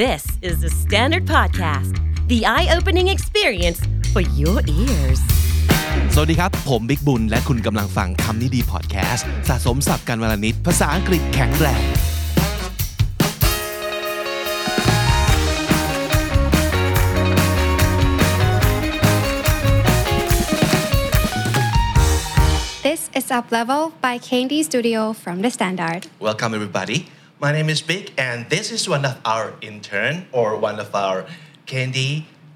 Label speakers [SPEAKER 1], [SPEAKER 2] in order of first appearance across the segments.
[SPEAKER 1] This is the Standard Podcast, the eye opening experience for your ears.
[SPEAKER 2] สวัสดีครับ ผมบิ๊กบุญ และคุณกำลังฟังคำนี้ดีพอดแคสต์สะสมสับการวลนิดภาษาอังกฤษแข็งแรง
[SPEAKER 3] This is Up Level by Candy Studio from The Standard.
[SPEAKER 4] Welcome everybody. My name is Big and this is one of our intern or one of our candy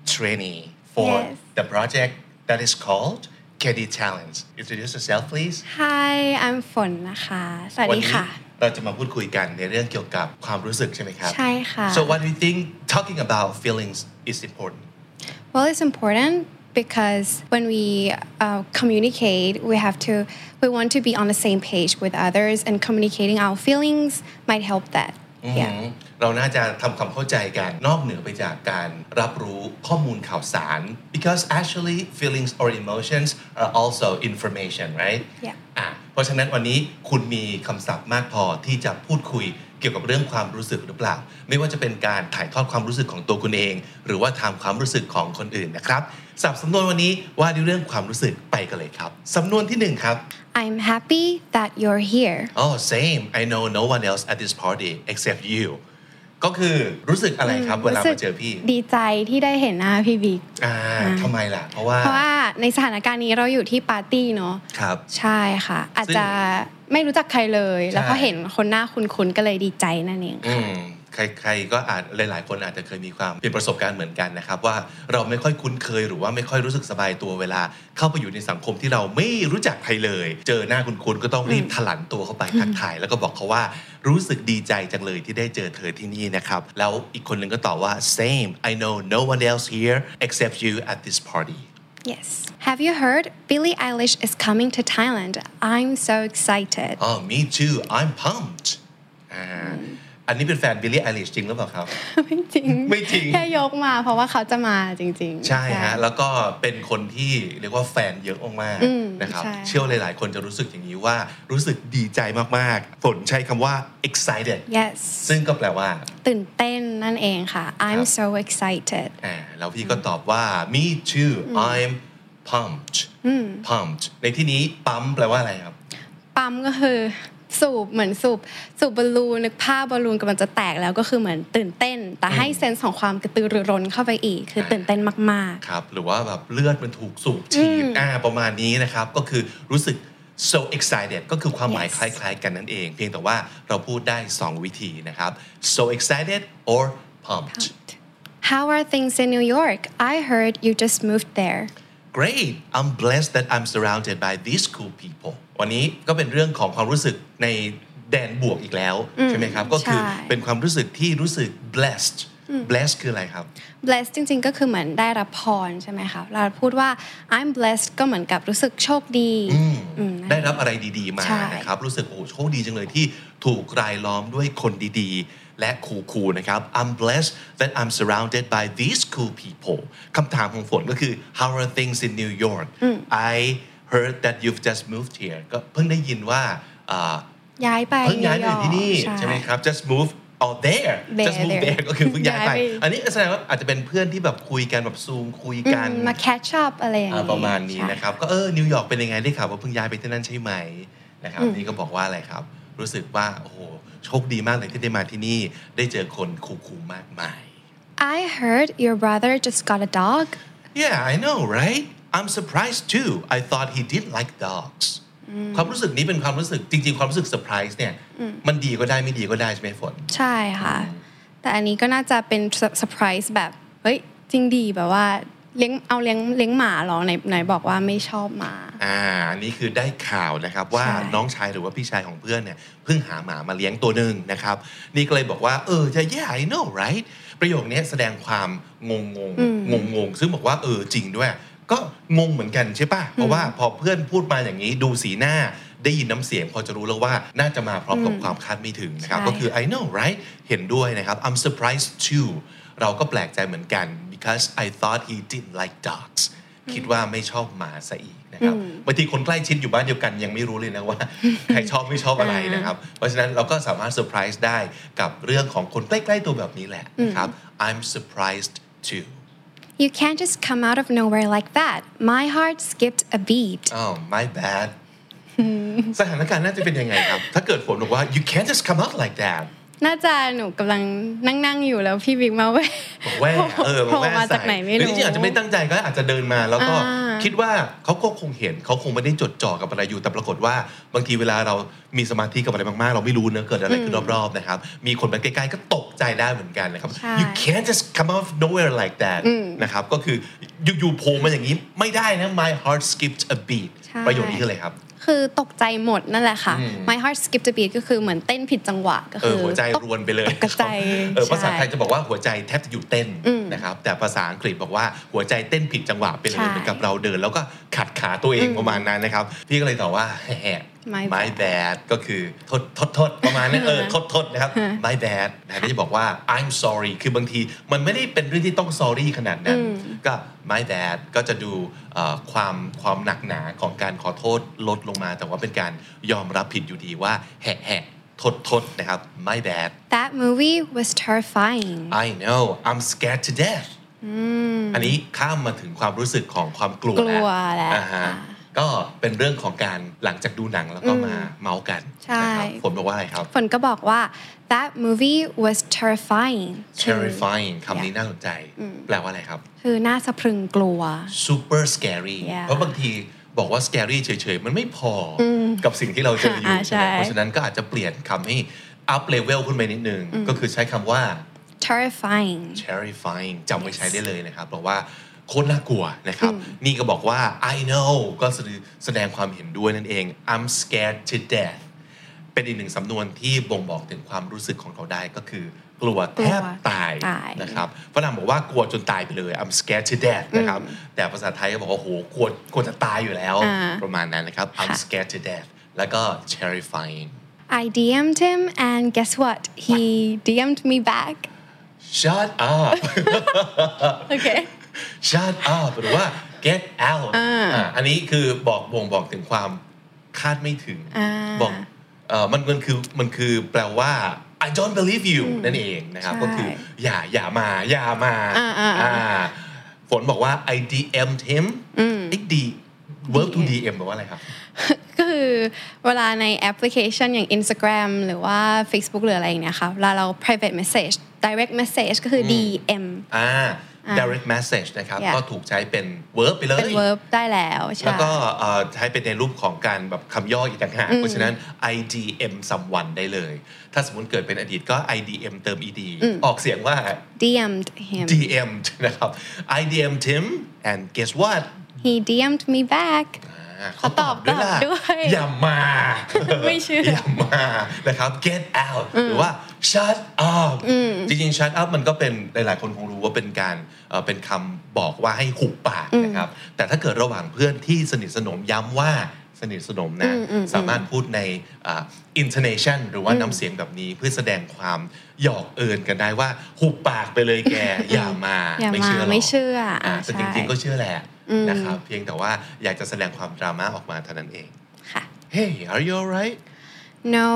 [SPEAKER 4] trainee for
[SPEAKER 3] Yes.
[SPEAKER 4] the project that is called Candy Talents. Introduce yourself please.
[SPEAKER 3] Hi, I'm ฝนนะคะสวัส
[SPEAKER 4] วั
[SPEAKER 3] ดี
[SPEAKER 4] นี้
[SPEAKER 3] ค่ะ
[SPEAKER 4] เราจะมาพูดคุยกันในเรื่องเกี่ยวกับความรู้สึกใช่ไหมครับ
[SPEAKER 3] ใช่ค่ะ
[SPEAKER 4] So what do you think talking about feelings is important?
[SPEAKER 3] Well, it's important because when we uh, communicate, we have to we want to be on the same page with others, and communicating our feelings might help that.
[SPEAKER 4] อื
[SPEAKER 3] Yeah.
[SPEAKER 4] มเราน่าจะทำความเข้าใจกันนอกเหนือไปจากการรับรู้ข้อมูลข่าวสาร because actually feelings or emotions are also information right
[SPEAKER 3] Yeah.
[SPEAKER 4] อ่ะเพราะฉะนั้นวันนี้คุณมีคำศัพท์มากพอที่จะพูดคุยเกี่ยวกับเรื่องความรู้สึกหรือเปล่า ไม่ว่าจะเป็นการถ่ายทอดความรู้สึกของตัวคุณเอง หรือว่าทำความรู้สึกของคนอื่นนะครับสับสำนวนวันนี้ว่าด้วยเรื่องความรู้สึกไปกันเลยครับสำนวนที่หนึ่งครับ
[SPEAKER 3] I'm happy that you're here.
[SPEAKER 4] Oh same I know no one else at this party except you ก็คือรู้สึกอะไรครับเวลา
[SPEAKER 3] สึก
[SPEAKER 4] มาเจอพี่
[SPEAKER 3] ดีใจที่ได้เห็นหน้าพี่บิ๊ก
[SPEAKER 4] อ่าทำไมล่ะ เพราะว่า
[SPEAKER 3] เพราะว่าในสถานการณ์นี้เราอยู่ที่ปาร์ตี้เนาะ
[SPEAKER 4] ครับ
[SPEAKER 3] ใช่ค่ะ อาจ
[SPEAKER 4] ซึ่ง
[SPEAKER 3] จะไม่รู้จักใครเลย
[SPEAKER 4] ใช่
[SPEAKER 3] แล้วพอเห็นคนหน้าคุ้นๆก็เลยดีใจนั่นเอง
[SPEAKER 4] อืมใครใครก็อาจหลาย ๆ คนอาจจะเคยมีความเป็นประสบการณ์เหมือนกันนะครับ ว่าเราไม่ค่อยคุ้นเคยหรือว่าไม่ค่อยรู้สึกสบายตัวเวลา เข้าไปอยู่ในสังคมที่เราไม่รู้จักใครเลย เจอหน้าคุ้นๆก็ต้องรีบถลันตัวเข้าไปทักทาย แล้วก็บอกเขาว่ารู้สึกดีใจจังเลยที่ได้เจอเธอที่นี่นะครับ แล้วอีกคนหนึ่งก็ตอบว่า same I know no one else here except you at this party
[SPEAKER 3] ค่ะ yes Have you heard Billie Eilish is coming to Thailand I'm so excited
[SPEAKER 4] oh me too I'm pumped อ่าอันนี้เป็นแฟนบิลลี่ไอริชจริงหรือเปล่าครับ
[SPEAKER 3] ไม่จริง
[SPEAKER 4] ไม่จริง
[SPEAKER 3] แค่ยกมาเพราะว่าเขาจะมาจริง ๆ
[SPEAKER 4] ใช่ฮะ แล้วก็เป็นคนที่เรียกว่าแฟนเยอะมาก
[SPEAKER 3] อืม
[SPEAKER 4] ๆนะครับ
[SPEAKER 3] ใช่
[SPEAKER 4] เชื่อหลาย ๆ คนจะรู้สึกอย่างนี้ว่ารู้สึกดีใจมากๆ ฝนใช้คำว่า excited
[SPEAKER 3] yes
[SPEAKER 4] ซึ่งก็แปลว่า
[SPEAKER 3] ตื่นเต้นนั่นเองค่ะ I'm
[SPEAKER 4] ครับ
[SPEAKER 3] so excited
[SPEAKER 4] อ่าแล้วพี่ก็ตอบว่า me too I'm pumped pumped ในที่นี้ปั๊มแปลว่าอะไรครับ
[SPEAKER 3] ปั๊มก็คือสูบเหมือนสูบสูบบอลลูนนึกภาพบอลลูนกำลังจะแตกแล้วก็คือเหมือนตื่นเต้น แต่ให้เซนส์ของความกระตือรือร้นเข้าไปอีก คือตื่นเต้นมาก ๆ
[SPEAKER 4] ครับหรือว่าแบบเลือดมันถูกสูบฉีดอ่าประมาณนี้นะครับ ก็คือรู้สึก so excited ก็คือความหมาย
[SPEAKER 3] Yes
[SPEAKER 4] คล้ายๆกันนั่นเอง เพียงแต่ว่าเราพูดได้ 2 วิธีนะครับ so excited or pumped
[SPEAKER 3] How are things in New York? I heard you just moved there.
[SPEAKER 4] great I'm blessed that I'm surrounded by these cool people วันนี้ก็เป็นเรื่องของความรู้สึกในแดนบวกอีกแล้ว ใช่ไหมครับ ก็คือ
[SPEAKER 3] ใช่
[SPEAKER 4] เป็นความรู้สึกที่รู้สึก blessed blessed คืออะไรครับ
[SPEAKER 3] Blessed จริงๆ ก็คือเหมือนได้รับพรใช่ไหมคะ เราพูดว่า I'm blessed ก็เหมือนกับรู้สึกโชคดีอืมนั่น
[SPEAKER 4] ได้รับอะไรดีๆมา
[SPEAKER 3] ใช่
[SPEAKER 4] นะครับ รู้สึกโอ้โชคดีจังเลยที่ถูกรายล้อมด้วยคนดีๆ และคูลๆนะครับ I'm blessed that I'm surrounded by these cool people คำถามของฝนก็คือ How are things in New York I heard that you've just moved here ก็เพิ่งได้ยินว่าอ่า
[SPEAKER 3] ย้ายไป
[SPEAKER 4] เพิ่งย้ายมาอยู่
[SPEAKER 3] New
[SPEAKER 4] ที่
[SPEAKER 3] York
[SPEAKER 4] นี่ ใช่ไหมครับ just move or there
[SPEAKER 3] There
[SPEAKER 4] just move
[SPEAKER 3] there
[SPEAKER 4] there ก็คือเพิ่งย้ายไป
[SPEAKER 3] ย้ายไป
[SPEAKER 4] อันนี้แสดงว่าอาจจะเป็นเพื่อนที่แบบคุยกันแบบซูมคุย
[SPEAKER 3] อืม
[SPEAKER 4] กัน
[SPEAKER 3] มา catch up อะไรอย่าง
[SPEAKER 4] อ่า
[SPEAKER 3] นี้
[SPEAKER 4] ประมาณนี้นะครับ
[SPEAKER 3] ใช่
[SPEAKER 4] ก็เออนิวยอร์กเป็นยังไงได้ข่าวว่าเพิ่งย้ายไปที่นั่นใช่ไหมนะครับนี่ก็บอกว่าอะไรครับ รู้สึกว่าโอ้โหโชคดีมากเลยที่ได้มาที่นี่ ได้เจอคนคูลๆมากมาย
[SPEAKER 3] I heard your brother just got a dog.
[SPEAKER 4] Yeah I know right I'm surprised too I thought he did like dogs ความรู้สึกนี้เป็นความรู้สึกจริง ๆ ความรู้สึกเซอร์ไพรส์เนี่ยมันดีก็ได้ไม่ดีก็ได้ใช่ไหมฝน
[SPEAKER 3] ใช่ค่ะ แต่อันนี้ก็น่าจะเป็น surprise แบบ เฮ้ย จริงดีแบบว่าเลี้ยงเอาเลี้ยงเลี้ยงหมาเหรอไหนไหนบอกว่าไม่ชอบหมา
[SPEAKER 4] อ่าอันนี้คือได้ข่าวนะครับว่า
[SPEAKER 3] ใช่
[SPEAKER 4] น้องชายหรือว่าพี่ชายของเพื่อนเนี่ยเพิ่งหาหมามาเลี้ยงตัวหนึ่งนะครับ นี่ก็เลยบอกว่า เออจะ yeah I know right ประโยคเนี้ยแสดงความงงงงงงงๆ ซึ่งบอกว่าเออจริงด้วย ก็งงเหมือนกันใช่ปะเพราะว่าพอเพื่อนพูดมาอย่างนี้ดูสีหน้าได้ยินน้ำเสียง พอจะรู้แล้วว่าน่าจะมาพร้อมกับความคาดไม่ถึงนะครับ
[SPEAKER 3] ใช่
[SPEAKER 4] ก็คือ I know right เห็นด้วยนะครับ I'm surprised too เราก็แปลกใจเหมือนกัน because I thought he didn't like dogs คิดว่าไม่ชอบหมาซะอีกนะครับ
[SPEAKER 3] อืม
[SPEAKER 4] บางทีคนใกล้ชิดอยู่บ้านเดียวกันยังไม่รู้เลยนะว่า ใครชอบไม่ชอบอะไรนะครับ เพราะฉะนั้นเราก็สามารถเซอร์ไพรส์ได้กับเรื่องของคนใกล้ๆตัวแบบนี้แหละนะครับ I'm surprised too
[SPEAKER 3] You can't just come out of nowhere like that. My heart skipped a beat.
[SPEAKER 4] อ้าว my bad สถานการณ์น่าจะเป็นยังไงครับ ถ้าเกิดฝนบอกว่า you can't just come out like that
[SPEAKER 3] น่าจะหนูกำลังนั่งนั่งๆอยู่แล้วพี่บิ๊กมาเว้ย
[SPEAKER 4] บอกแว่เออ
[SPEAKER 3] โผ
[SPEAKER 4] บอ
[SPEAKER 3] ล่
[SPEAKER 4] กแว่
[SPEAKER 3] มาจาก
[SPEAKER 4] ใส่
[SPEAKER 3] ไหนไม่
[SPEAKER 4] หรือ
[SPEAKER 3] รู้
[SPEAKER 4] จริงๆอาจจะไม่ตั้งใจก็อาจจะเดินมา แล้วก็
[SPEAKER 3] อ่า
[SPEAKER 4] คิดว่าเขาก็คงเห็นเขาคงไม่ได้จดจ่อกับอะไรอยู่ แต่ปรากฏว่าบางทีเวลาเรามีสมาธิกับอะไรมากๆ เราไม่รู้เนอะเกิดอะไรขึ้นรอบๆนะครับ มีคนมาใกล้ๆก็ตกใจได้เหมือนกันนะครับ
[SPEAKER 3] ใช่
[SPEAKER 4] you can't just come out of nowhere like that นะครับก็คืออยู่ๆโผล่มาอย่างนี้ไม่ได้นะ my heart skipped a beat
[SPEAKER 3] ใช่
[SPEAKER 4] ประโยคนี้คืออะไรครับ
[SPEAKER 3] คือตกใจหมดนั่นแหละค่ะ My heart skipped a beat ก็คือเหมือนเต้นผิดจังหวะก็
[SPEAKER 4] เอ
[SPEAKER 3] คือ อ
[SPEAKER 4] หัวใจรวนไปเลย
[SPEAKER 3] ตกกระจาย
[SPEAKER 4] เออภาษา
[SPEAKER 3] ใช่
[SPEAKER 4] ไทยจะบอกว่าหัวใจแทบจะหยุดเต้นนะครับแต่ภาษาอังกฤษบอกว่าหัวใจเต้นผิดจังหวะไปเลย
[SPEAKER 3] ใช่
[SPEAKER 4] เหมือนกับเราเดิน แล้วก็ขัดขาตัวเองประมาณนั้นนะครับ พี่ก็เลยตอบว่า แหะ
[SPEAKER 3] My
[SPEAKER 4] my bad ก็คือโทษโทษโทษประมาณนั้นเอ อโทษโทษนะครับ my bad นะที่จะบอกว่า I'm sorry คือบางทีมันไม่ได้เป็นเรื่องที่ต้อง sorry ขนาดนั้น ก็ my bad ก็จะดูเอ่อความความหนักหนาของการขอโทษลดลงมา แต่ว่าเป็นการยอมรับผิดอยู่ดีว่าแหะแหะ ทดทดนะครับ my bad
[SPEAKER 3] That movie was terrifying
[SPEAKER 4] I know I'm scared to death อันนี้ข้ามมาถึงความรู้สึกของความกลัว
[SPEAKER 3] กลัวแหละ
[SPEAKER 4] อ่าฮะก็เป็นเรื่องของการหลังจากดูหนังแล้วก็มาเมาส์กัน
[SPEAKER 3] ใช่
[SPEAKER 4] นะครับผมบอกว่าอะไรครับ
[SPEAKER 3] ฝนก็บอกว่า That movie was terrifying คือ
[SPEAKER 4] terrifying คำนี้
[SPEAKER 3] Yeah
[SPEAKER 4] น่าสนใจ แปลว่าอะไรครับ
[SPEAKER 3] คือน่าสะพรึงกลัว
[SPEAKER 4] super scary
[SPEAKER 3] Yeah
[SPEAKER 4] เพราะบางทีบอกว่า scary เฉยๆ มันไม่พออกับสิ่งที่เราเจออยู่
[SPEAKER 3] อ่าใช่
[SPEAKER 4] นะเพราะฉะนั้นก็อาจจะเปลี่ยนคำให้ up level ขึ้นไปนิดนึง ก็คือใช้คำว่า
[SPEAKER 3] terrifying
[SPEAKER 4] terrifying จำไว้ใช้ได้เลยนะครับเพราะว่าโคตรน่ากลัวนะครับ นี่ก็บอกว่า I know ก็แสดงความเห็นด้วยนั่นเอง I'm scared to death เป็นอีกหนึ่งสำนวนที่บ่งบอกถึงความรู้สึกของเขาได้ก็คือกลัวแทบตาย
[SPEAKER 3] ตาย
[SPEAKER 4] นะครับฝรั่งบอกว่ากลัวจนตายไปเลย I'm scared to death นะครับแต่ภาษาไทยก็บอกว่าโหกลัวกลัวจะตายอยู่แล้ว ประมาณนั้นนะครับ I'm scared to death แล้วก็ terrifying
[SPEAKER 3] I DM'd him and guess what he DM'd me back
[SPEAKER 4] shut up
[SPEAKER 3] โอเค
[SPEAKER 4] shut up หรือว่า get out อ่าอันนี้คือบอกบ่งบอกถึงความคาดไม่ถึง บอกเอ่อมันมันคือมันคือแปลว่า I don't believe you นั่นเองนะครับ
[SPEAKER 3] ใช่
[SPEAKER 4] ก็คืออย่าอย่ามา อย่ามา
[SPEAKER 3] อ่าอ่าอ่า
[SPEAKER 4] อ่าฝนบอกว่า I DM'd him ไอ้ D verb to DM แปลว่าอะไรครับ
[SPEAKER 3] ก็คือเวลาในแอปพลิเคชันอย่าง Instagram หรือว่า Facebook หรืออะไรอย่างเนี้ยค่ะเวลาเรา private message direct message ก็คือ DM
[SPEAKER 4] อ่า direct message นะครับ
[SPEAKER 3] Yeah
[SPEAKER 4] ก็ถูกใช้เป็น verb ไปเลย
[SPEAKER 3] เป็น verb ได้แล้วใช่
[SPEAKER 4] แล้วก็เอ่อใช้เป็นในรูปของการแบบคำย่ออีกต่างหากเพราะฉะนั้น IDM someone ได้เลย ถ้าสมมติเกิดเป็นอดีตก็ IDM เติม ed ออกเสียงว่า
[SPEAKER 3] DM'd him
[SPEAKER 4] DM นะครับ IDM Tim and guess what
[SPEAKER 3] he DM'd me back
[SPEAKER 4] อ่า
[SPEAKER 3] เขาตอบด้วย
[SPEAKER 4] อย่ามา
[SPEAKER 3] ไม่เชื่อ
[SPEAKER 4] อย่ามานะครับ get out หรือว่า shut up จริงๆ shut up มันก็เป็นหลายๆ คนคงรู้ว่าเป็นการเอ่อเป็นคำบอกว่าให้หุบปากนะครับ แต่ถ้าเกิดระหว่างเพื่อนที่สนิทสนมย้ำว่าสนิทสนมนะสามารถพูดในอ่า intonation หรือว่าน้ำเสียงแบบนี้เพื่อแสดงความหยอกเอิญกันได้ว่าหุบปากไปเลย แกอย่ามา
[SPEAKER 3] อย่ามา
[SPEAKER 4] หรก
[SPEAKER 3] ไม่เชื่ออ่า
[SPEAKER 4] แต่
[SPEAKER 3] ใช่
[SPEAKER 4] จริงๆก็ ก็เชื่อแหละนะครับเพียงแต่ว่าอยากจะแสดงความดราม่าออกมาเท่านั้นเอง
[SPEAKER 3] ค่ะ
[SPEAKER 4] Hey are you alright
[SPEAKER 3] no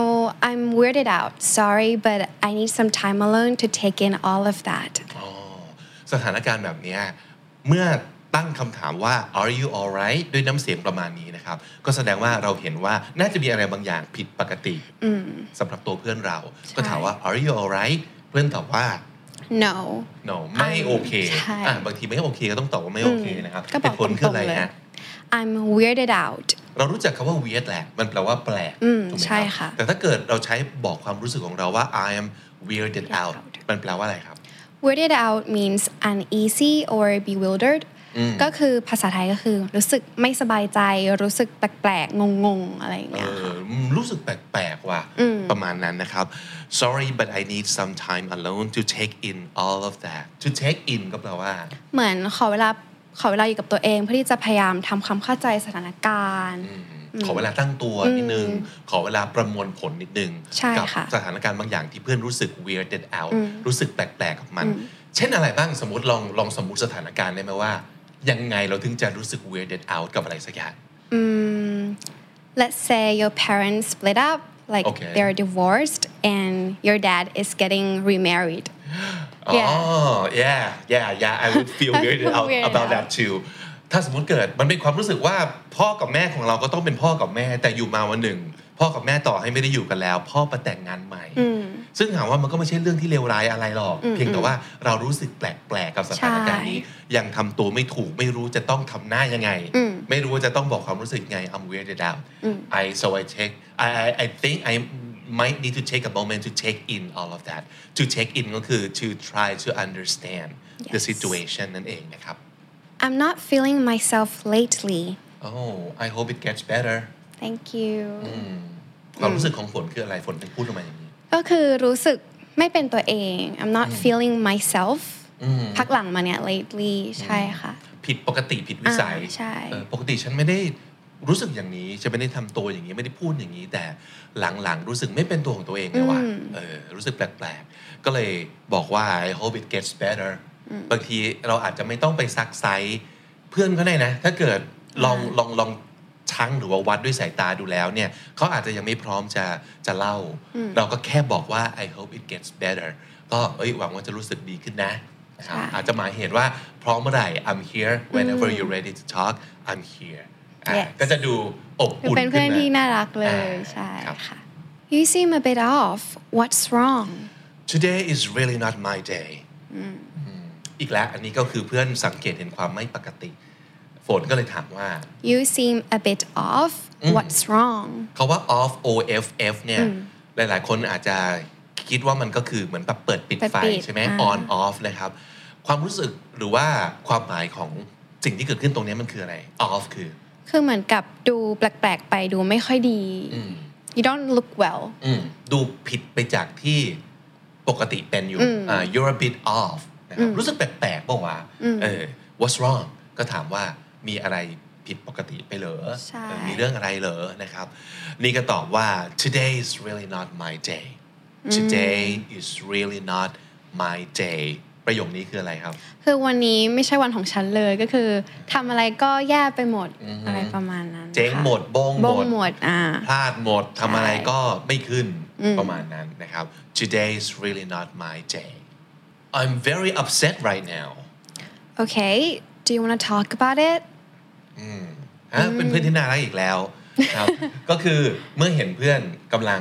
[SPEAKER 3] I'm weirded out sorry but I need some time alone to take in all of that
[SPEAKER 4] อ๋อสถานการณ์แบบเนี้ยเมื่อตั้งคำถามว่า are you alright ด้วยน้ำเสียงประมาณนี้นะครับ ก็แสดงว่าเราเห็นว่าน่าจะมีอะไรบางอย่างผิดปกติสำหรับตัวเพื่อนเรา ก็ถามว่า are you alright เพื่อนตอบว่า
[SPEAKER 3] no
[SPEAKER 4] no ไม่โอเค
[SPEAKER 3] ใช่
[SPEAKER 4] อ่ะบางทีไม่โอเคก็ต้องตอบว่าไม่โอเคนะครับ
[SPEAKER 3] ก็บอ
[SPEAKER 4] เหตุ
[SPEAKER 3] กต
[SPEAKER 4] ผ
[SPEAKER 3] ร
[SPEAKER 4] ลคือง อะไร
[SPEAKER 3] ๆเลย
[SPEAKER 4] ฮะ
[SPEAKER 3] I'm weirded out
[SPEAKER 4] เรารู้จักคำว่า weird แหละ มันแปลว่าแปลก
[SPEAKER 3] อืม
[SPEAKER 4] ถูกไหม
[SPEAKER 3] ใช่
[SPEAKER 4] ครั
[SPEAKER 3] ค่ะ
[SPEAKER 4] บ แต่ถ้าเกิดเราใช้บอกความรู้สึกของเราว่า I am weirded out มันแปลว่าอะไรครับ
[SPEAKER 3] Weirded out means uneasy or bewildered
[SPEAKER 4] Mm.
[SPEAKER 3] ก็คือภาษาไทยก็คือ รู้สึกไม่สบายใจ รู้สึกแปลกๆ งงๆ อะไรอย่าง
[SPEAKER 4] เอ
[SPEAKER 3] เงี้ย
[SPEAKER 4] อรู้สึกแปลกๆว่ะ ประมาณนั้นนะครับ Sorry but I need some time alone to take in all of that to take in ก็แปลว่า
[SPEAKER 3] เหมือนขอเวลาขอเวลาอยู่กับตัวเอง เพื่อที่จะพยายามทำความเข้าใจสถานการณ์
[SPEAKER 4] ขอเวลาตั้งตัวนิดนึง ขอเวลาประมวลผลนิดนึง
[SPEAKER 3] ใช่
[SPEAKER 4] กั
[SPEAKER 3] ค่ะ
[SPEAKER 4] สถานการณ์บางอย่างที่เพื่อนรู้สึก weirded out รู้สึกแปลกๆกับมัน เช่นอะไรบ้างสมมติลองลองสมมติสถานการณ์ได้ไหมว่า ยังไงเราถึงจะรู้สึก weirded out กับอะไรสักอย่าง
[SPEAKER 3] let's say your parents split up, like
[SPEAKER 4] Okay.
[SPEAKER 3] they're divorced, and your dad is getting remarried. Yeah.
[SPEAKER 4] Oh yeah yeah yeah I would feel
[SPEAKER 3] I
[SPEAKER 4] weird
[SPEAKER 3] feel
[SPEAKER 4] out
[SPEAKER 3] weird
[SPEAKER 4] about
[SPEAKER 3] out.
[SPEAKER 4] that too ถ้าสมมติเกิดมันเป็นความรู้สึกว่าพ่อกับแม่ของเราก็ต้องเป็นพ่อกับแม่แต่อยู่มาวันหนึ่ง พ่อกับแม่ต่อให้ไม่ได้อยู่กันแล้ว พ่อไปแต่งงานใหม่ ซึ่งถามว่ามันก็ไม่ใช่เรื่องที่เลวร้ายอะไรหรอก เพียงแต่ว่าเรารู้สึกแปลกๆกับสถานการณ์นี้ ยังทำตัวไม่ถูกไม่รู้จะต้องทำหน้ายังไง ไม่รู้ว่าจะต้องบอกความรู้สึกยังไง I'm weirded out I so I take I I I think I might need to take a moment to take in all of that to take in ก็คือ to try to understand the
[SPEAKER 3] Yes.
[SPEAKER 4] situation นั่นเองนะครับ
[SPEAKER 3] I'm not feeling myself lately.
[SPEAKER 4] Oh I hope it gets better
[SPEAKER 3] Thank you.
[SPEAKER 4] ความรู้สึกของฝนคืออะไรฝนเป็นพูดออกมาอย่างนี้
[SPEAKER 3] ก็คือรู้สึกไม่เป็นตัวเอง I'm not feeling myself พักหลังมาเนี่ย lately ใช่ค่ะ
[SPEAKER 4] ผิดปกติผิดวิสัย
[SPEAKER 3] อ่าใช่
[SPEAKER 4] เออปกติฉันไม่ได้รู้สึกอย่างนี้ ฉันไม่ได้ทำตัวอย่างนี้ ไม่ได้พูดอย่างนี้ แต่หลังๆ รู้สึกไม่เป็นตัวของตัวเองเลยว่ะเออรู้สึกแปลกๆ ก็เลยบอกว่า I hope it gets better บางทีเราอาจจะไม่ต้องไปซักไซส์เพื่อนก็ได้นะ ถ้าเกิดลองลองลองชั่งหรือว่าวัดด้วยสายตาดูแล้วเนี่ยเขาอาจจะยังไม่พร้อมจะจะเล่า เราก็แค่บอกว่า I hope it gets better ก็เอ้ยหวังว่าจะรู้สึกดีขึ้นนะนะครับ
[SPEAKER 3] ใช่
[SPEAKER 4] อาจจะหมายเหตุว่าพร้อมเมื่อไหร่ I'm here whenever you're ready to talk I'm here อ่ะ
[SPEAKER 3] Yes
[SPEAKER 4] ก็จะดูอบอุ่นขึ้นมา
[SPEAKER 3] เป็นเพื่อนที่น่ารักเลยใช่ค่ะ
[SPEAKER 4] อ่าครับ
[SPEAKER 3] You seem a bit off What's wrong
[SPEAKER 4] Today is really not my day อืมอีกแล้วอันนี้ก็คือเพื่อนสังเกตเห็นความไม่ปกติ ฝนก็เลยถามว่า
[SPEAKER 3] You seem a bit off What's wrong
[SPEAKER 4] คาว่า off off เนี่ยหลาย ๆ คนอาจจะคิดว่ามันก็คือเหมือนแบบเปิดปิดไฟ
[SPEAKER 3] เปิดปิด
[SPEAKER 4] ใช่ไหม
[SPEAKER 3] อ่า
[SPEAKER 4] on off นะครับ ความรู้สึกหรือว่าความหมายของสิ่งที่เกิดขึ้นตรงนี้มันคืออะไร off คือ
[SPEAKER 3] คือเหมือนกับดูแปลกๆไปดูไม่ค่อยดี you don't look well
[SPEAKER 4] อืมดูผิดไปจากที่ปกติเป็นอยู่อ่า you're a bit off นะครับรู้สึกแปลกๆป่าวะเออ what's wrong ก็ถามว่ามีอะไรผิดปกติไปเหรอ
[SPEAKER 3] ใช่
[SPEAKER 4] เออมีเรื่องอะไรเหรอนะครับ นี่ก็ตอบว่า today is really not my day today is really not my day ประโยคนี้คืออะไรครับ
[SPEAKER 3] คือวันนี้ไม่ใช่วันของฉันเลยก็คือทำอะไรก็แย่ไปหมด
[SPEAKER 4] อือฮึ
[SPEAKER 3] อะไรประมาณนั้น
[SPEAKER 4] เจ๊ง
[SPEAKER 3] ค่ะ
[SPEAKER 4] หมดบงหม
[SPEAKER 3] บง
[SPEAKER 4] ด
[SPEAKER 3] หมดอ่า
[SPEAKER 4] พลาดหมดทำอะไร
[SPEAKER 3] ใช่
[SPEAKER 4] ก็ไม่ขึ้นประมาณนั้นนะครับ Today is really not my day I'm very upset right now
[SPEAKER 3] okay do you want to talk about it
[SPEAKER 4] ฮะเป็นเพื่อนที่น่ารักอีกแล้ว ครับ ก็คือเมื่อเห็นเพื่อนกำลัง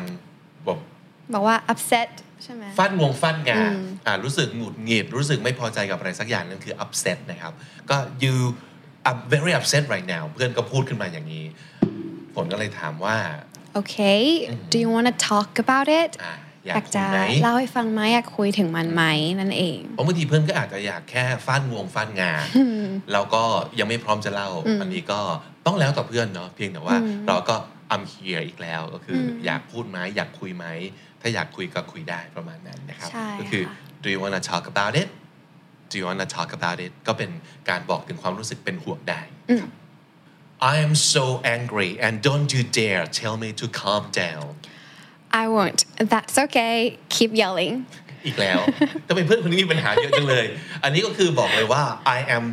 [SPEAKER 4] แบบ
[SPEAKER 3] บอกว่า upset ใช่ไหม
[SPEAKER 4] ฟาดงวงฟาดงาอ่ารู้สึกหงุดหงิด รู้สึกไม่พอใจกับอะไรสักอย่างนั่นคือ upset นะครับ ก็ you I'm very upset right now เพื่อนก็พูดขึ้นมาอย่างนี้ฝนก็เลยถามว่า
[SPEAKER 3] okay do you want to talk about it
[SPEAKER 4] อ่า
[SPEAKER 3] อย
[SPEAKER 4] อาก
[SPEAKER 3] ยาก
[SPEAKER 4] คุ
[SPEAKER 3] จะ
[SPEAKER 4] ยไหม
[SPEAKER 3] เล่าให้ฟังไหมอยากคุยถึงมันไหมนั่นเอง
[SPEAKER 4] เพราะบางทีเพื่อนก็อาจจะอยากแค่ฟาดงวงฟาดงาแล้วก็ยังไม่พร้อมจะเล่า อันนี้ก็ต้องแล้วแต่เพื่อนเนาะเพียงแต่ว่าเราก็ I'm here อีกแล้วก็คือออยากพูดไหมอยากคุยไหม ถ้าอยากคุยก็คุยได้ประมาณนั้นนะครับ
[SPEAKER 3] ใช่
[SPEAKER 4] ก็คือ
[SPEAKER 3] ค่ะ
[SPEAKER 4] Do you wanna talk about it Do you wanna talk about it ก็เป็นการบอกถึงความรู้สึกเป็นห่วงได้ครับ I am so angry and don't you dare tell me to calm down
[SPEAKER 3] I won't that's okay keep yelling
[SPEAKER 4] อีกแล้ว ทำไมเพื่อนคนนี้มีปัญหาเยอะจังเลย อันนี้ก็คือบอกเลยว่า I am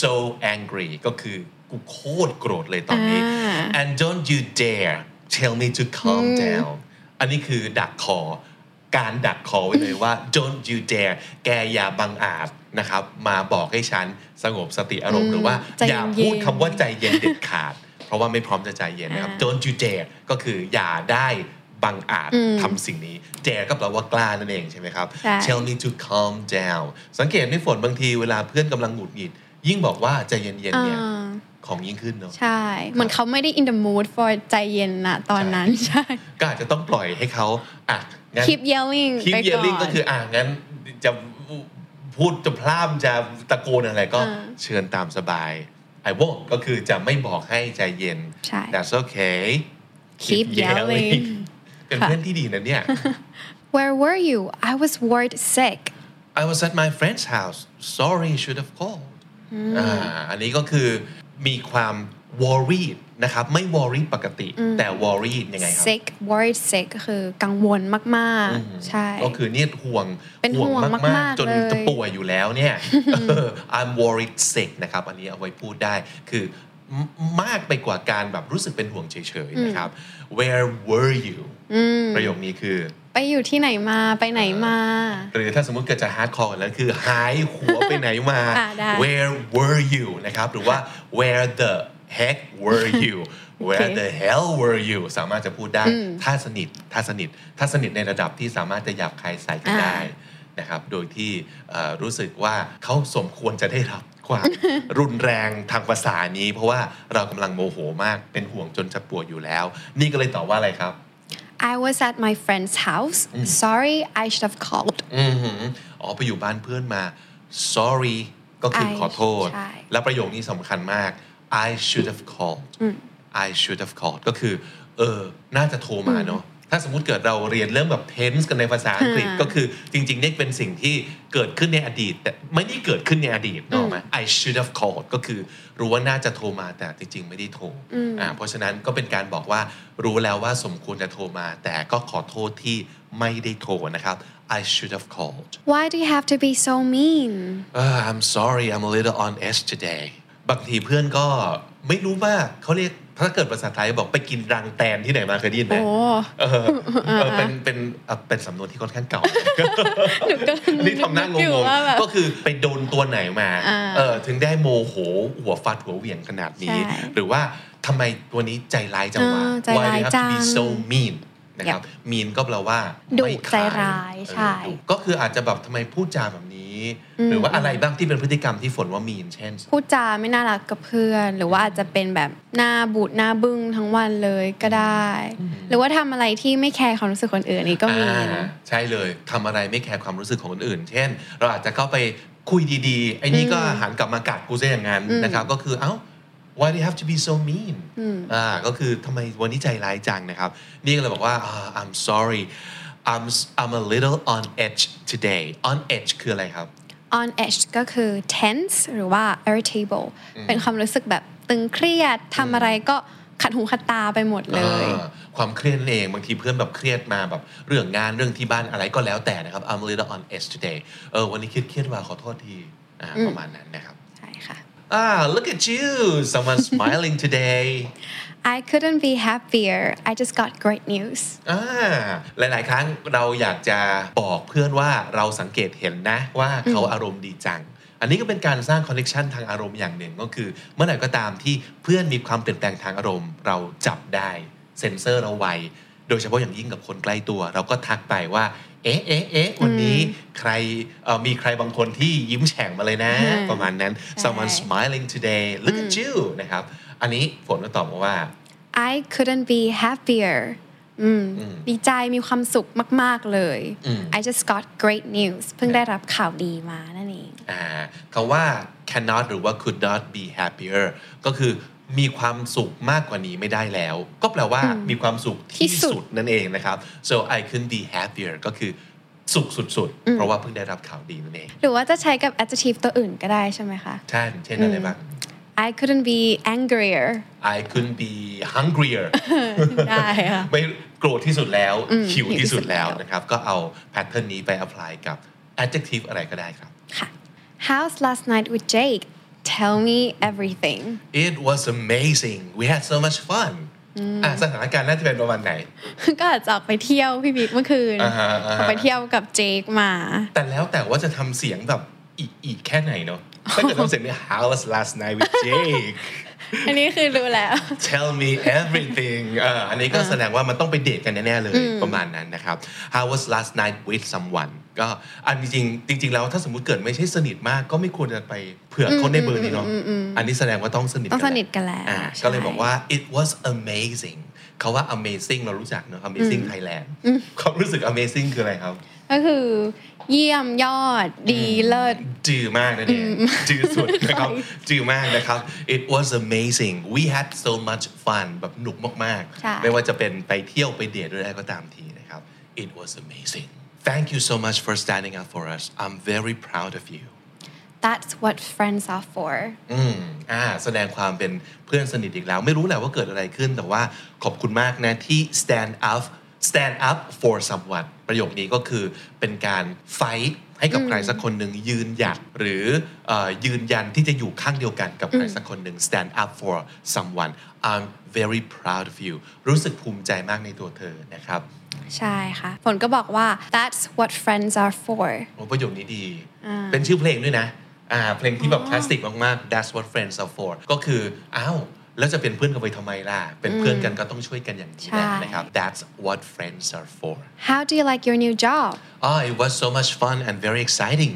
[SPEAKER 4] so angry ก็คือกูโคตรโกรธเลยตอนนี้
[SPEAKER 3] อ่า
[SPEAKER 4] and don't you dare tell me to calm down อันนี้คือดักคอ การดักคอไว้เลยว่า don't you dare แกอย่าบังอาจนะครับ มาบอกให้ฉันสงบสติอารมณ์หรือว่า
[SPEAKER 3] ใจเย็นๆ
[SPEAKER 4] อย่าพูดคำว่าใจเย็นเด็ดขาด เพราะว่าไม่พร้อมจะใจเย็นนะครับ
[SPEAKER 3] อ่า
[SPEAKER 4] don't you dare ก็คืออย่าได้บังอาจทำสิ่งนี้ dare ก็แปลว่ากล้านั่นเองใช่ไหมครับ
[SPEAKER 3] ใช่
[SPEAKER 4] tell me to calm down สังเกตไหม่ฝนบางทีเวลาเพื่อนกำลังหงุดหงิด ยิ่งบอกว่าใจเย็นๆเนี่ย
[SPEAKER 3] อ่า
[SPEAKER 4] ของยิ่งขึ้นเนาะ
[SPEAKER 3] ใช่ เหมือนเขาไม่ได้ in the mood for ใจเย็นนะตอนนั้นใช่
[SPEAKER 4] ก็อาจจะต้องปล่อยให้เขาอ่ะงั้น
[SPEAKER 3] keep yelling
[SPEAKER 4] คลิป
[SPEAKER 3] ไป
[SPEAKER 4] เยล
[SPEAKER 3] ก่
[SPEAKER 4] ลิ่ง
[SPEAKER 3] อ
[SPEAKER 4] ก็
[SPEAKER 3] น
[SPEAKER 4] คืออ่ะงั้นจะพูดจะพร่ำจะตะโกนอะไรก็
[SPEAKER 3] อ่า
[SPEAKER 4] เชิญตามสบาย I won't ก็คือจะไม่บอกให้ใจเย็น
[SPEAKER 3] ใช่
[SPEAKER 4] That's okay
[SPEAKER 3] keep yelling
[SPEAKER 4] เป็นเพื่อนที่ดีนะเนี่ย
[SPEAKER 3] Where were you I was worried sick
[SPEAKER 4] I was at my friend's house sorry should have called อ่าอันนี้ก็คือมีความ worried นะครับไม่ worry ปกติ
[SPEAKER 3] อืม
[SPEAKER 4] แต่ worry ยังไงครับ
[SPEAKER 3] sick worried sick ก็คือกังวลมาก
[SPEAKER 4] อืม
[SPEAKER 3] ๆ ใช่
[SPEAKER 4] ก็ Oh, คือเนี่ยห่วง
[SPEAKER 3] เป็นห่วงมากๆ
[SPEAKER 4] จน
[SPEAKER 3] เลย
[SPEAKER 4] จะป่วยอยู่แล้วเนี่ยเออ I'm worried sick นะครับ อันนี้เอาไว้พูดได้คือมมากไปกว่าการแบบรู้สึกเป็นห่วงเฉย
[SPEAKER 3] อื
[SPEAKER 4] ๆ
[SPEAKER 3] ม
[SPEAKER 4] นะครับ Where were you
[SPEAKER 3] อืม
[SPEAKER 4] ประโยคนี้คือ
[SPEAKER 3] ไปอยู่ที่ไหนมาไปไหนมา
[SPEAKER 4] หรือถ้าสมมุติเกิดจะฮาร์ดคอร์แล้วคือหายหัวไปไหนมา
[SPEAKER 3] อ่ะได้
[SPEAKER 4] where were you นะครับหรือว่า where the heck were you where the hell were you สามารถจะพูดได้
[SPEAKER 3] อืม
[SPEAKER 4] ถ้าสนิทถ้าสนิทถ้าสนิทในระดับที่สามารถจะหยาบคายใส่กัน
[SPEAKER 3] อ่า
[SPEAKER 4] ได้นะครับโดยที่เอ่อรู้สึกว่าเขาสมควรจะได้รับ ความ รุนแรงทางภาษานี้ เพราะว่าเรากำลังโมโหมากเป็นห่วงจนจะปวดอยู่แล้ว นี่ก็เลยตอบว่าอะไรครับ
[SPEAKER 3] I was at my friend's house.
[SPEAKER 4] Mm.
[SPEAKER 3] Sorry, I should have called.
[SPEAKER 4] อือหืออ๋อไปอยู่บ้านเพื่อนมา sorry ก็คือ
[SPEAKER 3] I-
[SPEAKER 4] ขอโทษ
[SPEAKER 3] ใช่
[SPEAKER 4] และประโยคนี้สำคัญมาก I should have called I should have called ก็คือ เออ น่าจะโทรมาเนาะ ถ้าสมมุติเกิดเราเรียนเรื่องแบบ tense กันในภาษาอังกฤษ
[SPEAKER 3] ค่ะ
[SPEAKER 4] ก็คือจริงๆเนี่ยเป็นสิ่งที่เกิดขึ้นในอดีต แต่ไม่ได้เกิดขึ้นในอดีตเนกอะไหม I should have called ก็คือรู้ว่าน่าจะโทรมาแต่จริง ๆ ไม่ได้โทร อ่า เพราะฉะนั้นก็เป็นการบอกว่ารู้แล้วว่าสมควรจะโทรมา แต่ก็ขอโทษที่ไม่ได้โทรนะครับ I should have called
[SPEAKER 3] Why do you have to be so mean?
[SPEAKER 4] Uh, I'm sorry I'm a little on edge today บางทีเพื่อนก็ไม่รู้ว่าเขาเรียกถ้าเกิดภาษาไทยบอกไปกินรังแตนที่ไหนมาเคยได้ยินไหม
[SPEAKER 3] Oh,
[SPEAKER 4] เอ อเออเป็นเป็นเอ่อเป็นสำนวนที่ค่อนข้างเก่า นี่ทำหน้างงๆ ก็คือไปโดนตัวไหนมา
[SPEAKER 3] อ่า
[SPEAKER 4] เออถึงได้โมโหหัวฟาดหัวเหวี่ยงขนาดนี้
[SPEAKER 3] ใช่
[SPEAKER 4] หรือว่าทำไมตัวนี้ใจร้ายจังวะ
[SPEAKER 3] เออใจ
[SPEAKER 4] Why
[SPEAKER 3] ร้า
[SPEAKER 4] do
[SPEAKER 3] ย
[SPEAKER 4] you have
[SPEAKER 3] จั
[SPEAKER 4] to
[SPEAKER 3] ง
[SPEAKER 4] be so mean นะครับ mean ก็แปลว่า
[SPEAKER 3] ดุ
[SPEAKER 4] ไม่ข
[SPEAKER 3] ใจร้าย
[SPEAKER 4] เออ
[SPEAKER 3] ใช่
[SPEAKER 4] ดุก็คืออาจจะแบบทำไมพูดจาแบบนี้
[SPEAKER 3] อืม
[SPEAKER 4] หรือว่าอะไรบ้างที่เป็นพฤติกรรมที่ฝนว่า mean เช่น
[SPEAKER 3] พูดจาไม่น่ารักกับเพื่อน หรือว่าอาจจะเป็นแบบหน้าบูดหน้าบึ้งทั้งวันเลยก็ได้ หรือว่าทำอะไรที่ไม่แคร์ความรู้สึกคนอื่นนี่ก็มี
[SPEAKER 4] อ่าใช่เลยทำอะไรไม่แคร์ความรู้สึกของคนอื่น เช่น เราอาจจะเข้าไปคุยดีๆ ไอ้นี่ก็
[SPEAKER 3] อืม
[SPEAKER 4] หันกลับมากัดกูซะอย่างนั้น
[SPEAKER 3] อืม
[SPEAKER 4] นะครับ ก็คือเอ้า why do you have to be so mean
[SPEAKER 3] อืม
[SPEAKER 4] อ่าก็คือทำไมวันนี้ใจร้ายจังนะครับ นี่ก็เลยบอกว่าอ่า I'm sorry I'm I'm a little on edge today on edge คืออะไรครับ
[SPEAKER 3] on edge ก็คือ tense หรือว่า irritable เป็นความรู้สึกแบบตึงเครียดทำอะไรก็ขัดหูขัดตาไปหมดเลย
[SPEAKER 4] อ่าความเครียดนั่นเองบางทีเพื่อนแบบเครียดมาแบบเรื่องงานเรื่องที่บ้านอะไรก็แล้วแต่นะครับ I'm a little on edge today เออวันนี้เครียดเครียดๆว่าขอโทษทีอ่า
[SPEAKER 3] อืม
[SPEAKER 4] ประมาณนั้นนะครับ
[SPEAKER 3] ใช่ค่ะ
[SPEAKER 4] Ah, look at you. Someone smiling today.
[SPEAKER 3] I couldn't be happier. I just got great news.
[SPEAKER 4] อ่าหลาย ๆ ครั้งเราอยากจะบอกเพื่อนว่าเราสังเกตเห็นนะว่าเขาอารมณ์ดีจัง อันนี้ก็เป็นการสร้างคอนเน t ชันทางอารมณ์อย่างหนึ่งก็คือ เมื่อไหร่ก็ตามที่เพื่อนมีความเปลี่ยนแปลงทางอารมณ์ เราจับได้ เซ็นเซอร์เราไว โดยเฉพาะอย่างยิ่งกับคนใกล้ตัว เราก็ทักไปว่า เอ๊ะเอ๊ะเอ๊ะวันนี้ใครเอ่อมีใครบางคนที่ยิ้มแฉ่งมาเลยนะ
[SPEAKER 3] อืม
[SPEAKER 4] ประมาณนั้น
[SPEAKER 3] ใช่
[SPEAKER 4] someone smiling today look at you นะครับอันนี้ฝนก็ตอบมาว่า
[SPEAKER 3] I couldn't be happier. อืม
[SPEAKER 4] อืม
[SPEAKER 3] ดีใจมีความสุขมาก ๆ เลย
[SPEAKER 4] อืม
[SPEAKER 3] I just got great news เพิ่งได้รับข่าวดีมานั่นเอง
[SPEAKER 4] อ่าคำว่า cannot หรือว่า could not be happier ก็คือมีความสุขมากกว่านี้ไม่ได้แล้ว ก็แปลว่ามีความสุขที่
[SPEAKER 3] ที่สุ
[SPEAKER 4] สุ
[SPEAKER 3] ด
[SPEAKER 4] ดนั่นเองนะครับ so I couldn't be happier ก็คือสุขสุด
[SPEAKER 3] อื
[SPEAKER 4] ๆ
[SPEAKER 3] ม
[SPEAKER 4] เพราะว่าเพิ่งได้รับข่าวดีนั่นเอง
[SPEAKER 3] หรือว่าจะใช้กับ adjective ตัวอื่นก็ได้ใช่ไหมคะ
[SPEAKER 4] ใช่เช่นอะไรบ้าง
[SPEAKER 3] I couldn't be angrier
[SPEAKER 4] I couldn't be hungrier
[SPEAKER 3] ได้ค่ะ
[SPEAKER 4] ไม่โกรธที่สุดแล้ว
[SPEAKER 3] อืม
[SPEAKER 4] หิว
[SPEAKER 3] หิวที่
[SPEAKER 4] ที่
[SPEAKER 3] สุ
[SPEAKER 4] สุด
[SPEAKER 3] ดแล้
[SPEAKER 4] แล้ว
[SPEAKER 3] ว
[SPEAKER 4] นะครับ ก็เอา pattern นี้ไป apply กับ adjective อะไรก็ได้ครับ
[SPEAKER 3] ค่ะ How's last night with Jake Tell me everything
[SPEAKER 4] It was amazing we had so much fun อ่ะสถานการณ์น่าจะเป็นประมาณไหน
[SPEAKER 3] ก็อาจจะออกไปเที่ยวพี่บิ๊กเมื่อคืน
[SPEAKER 4] อ่าฮะอ่าฮะ
[SPEAKER 3] ออกไปเที่ยวกับเจคมา
[SPEAKER 4] แต่แล้วแต่ว่าจะทำเสียงแบบอีกอีกแค่ไหนเนาะถ้าเกิดทำเสียงเนี่ย How was last night with Jake
[SPEAKER 3] อันนี้คือรู้แล้ว
[SPEAKER 4] Tell me everything เอ่ออันนี้ก็แสดงว่ามันต้องไปเดทกันแน่ ๆ เลยประมาณนั้นนะครับ How was last night with someone ก็อันจริงๆจริง ๆ แล้วถ้าสมมุติเกิดไม่ใช่สนิทมากก็ไม่ควรจะไปเผื่อเขาในเบอร์นี้เนาะอันนี้แสดงว่าต้องสนิท
[SPEAKER 3] ต้องสนิทกันแล้ว
[SPEAKER 4] อ่า
[SPEAKER 3] ใช่
[SPEAKER 4] ก็เลยบอกว่า it was amazing เขาว่า amazing เรารู้จักเนาะ amazing Thailand ความรู้สึก amazing คืออะไรครับ
[SPEAKER 3] ก็คือ เยี่ยมยอดดีเลิศ
[SPEAKER 4] จือมากนั่นเองจือสุดนะครับจือมากนะครับ it was amazing we had so much fun แบบหนุกมาก
[SPEAKER 3] ใช่
[SPEAKER 4] ๆ ไม่ว่าจะเป็นไปเที่ยวไปเดทหรืออะไรก็ตามทีนะครับ it was amazing thank you so much for standing up for us I'm very proud of you
[SPEAKER 3] That's what friends are for.
[SPEAKER 4] อืมอ่า แสดงความเป็นเพื่อนสนิทอีกแล้ว ไม่รู้แหละว่าเกิดอะไรขึ้น แต่ว่าขอบคุณมากนะที่ stand up stand up for someone ประโยคนี้ก็คือเป็นการ fight ให้กับใครสักคนหนึ่งยืนหยัดหรือเออยืนยันที่จะอยู่ข้างเดียวกันกับใครสักคนหนึ่ง stand up for someone I'm very proud of you รู้สึกภูมิใจมากในตัวเธอนะครับ
[SPEAKER 3] ใช่ค่ะฝนก็บอกว่า That's what friends are for.
[SPEAKER 4] โอ้ประโยคนี้ดี เป็นชื่อเพลงด้วยนะอ่าเพลงที่แบบคลาสสิกมากๆ That's what friends are for ก็คือ อ้าว แล้วจะเป็นเพื่อนกันไปทำไมล่ะ เป็นเพื่อนกันก็ต้องช่วยกันอย่างนี้แหละ
[SPEAKER 3] ใช่
[SPEAKER 4] นะครับ That's what friends are for
[SPEAKER 3] How do you like your new job?
[SPEAKER 4] oh it was so much fun and very exciting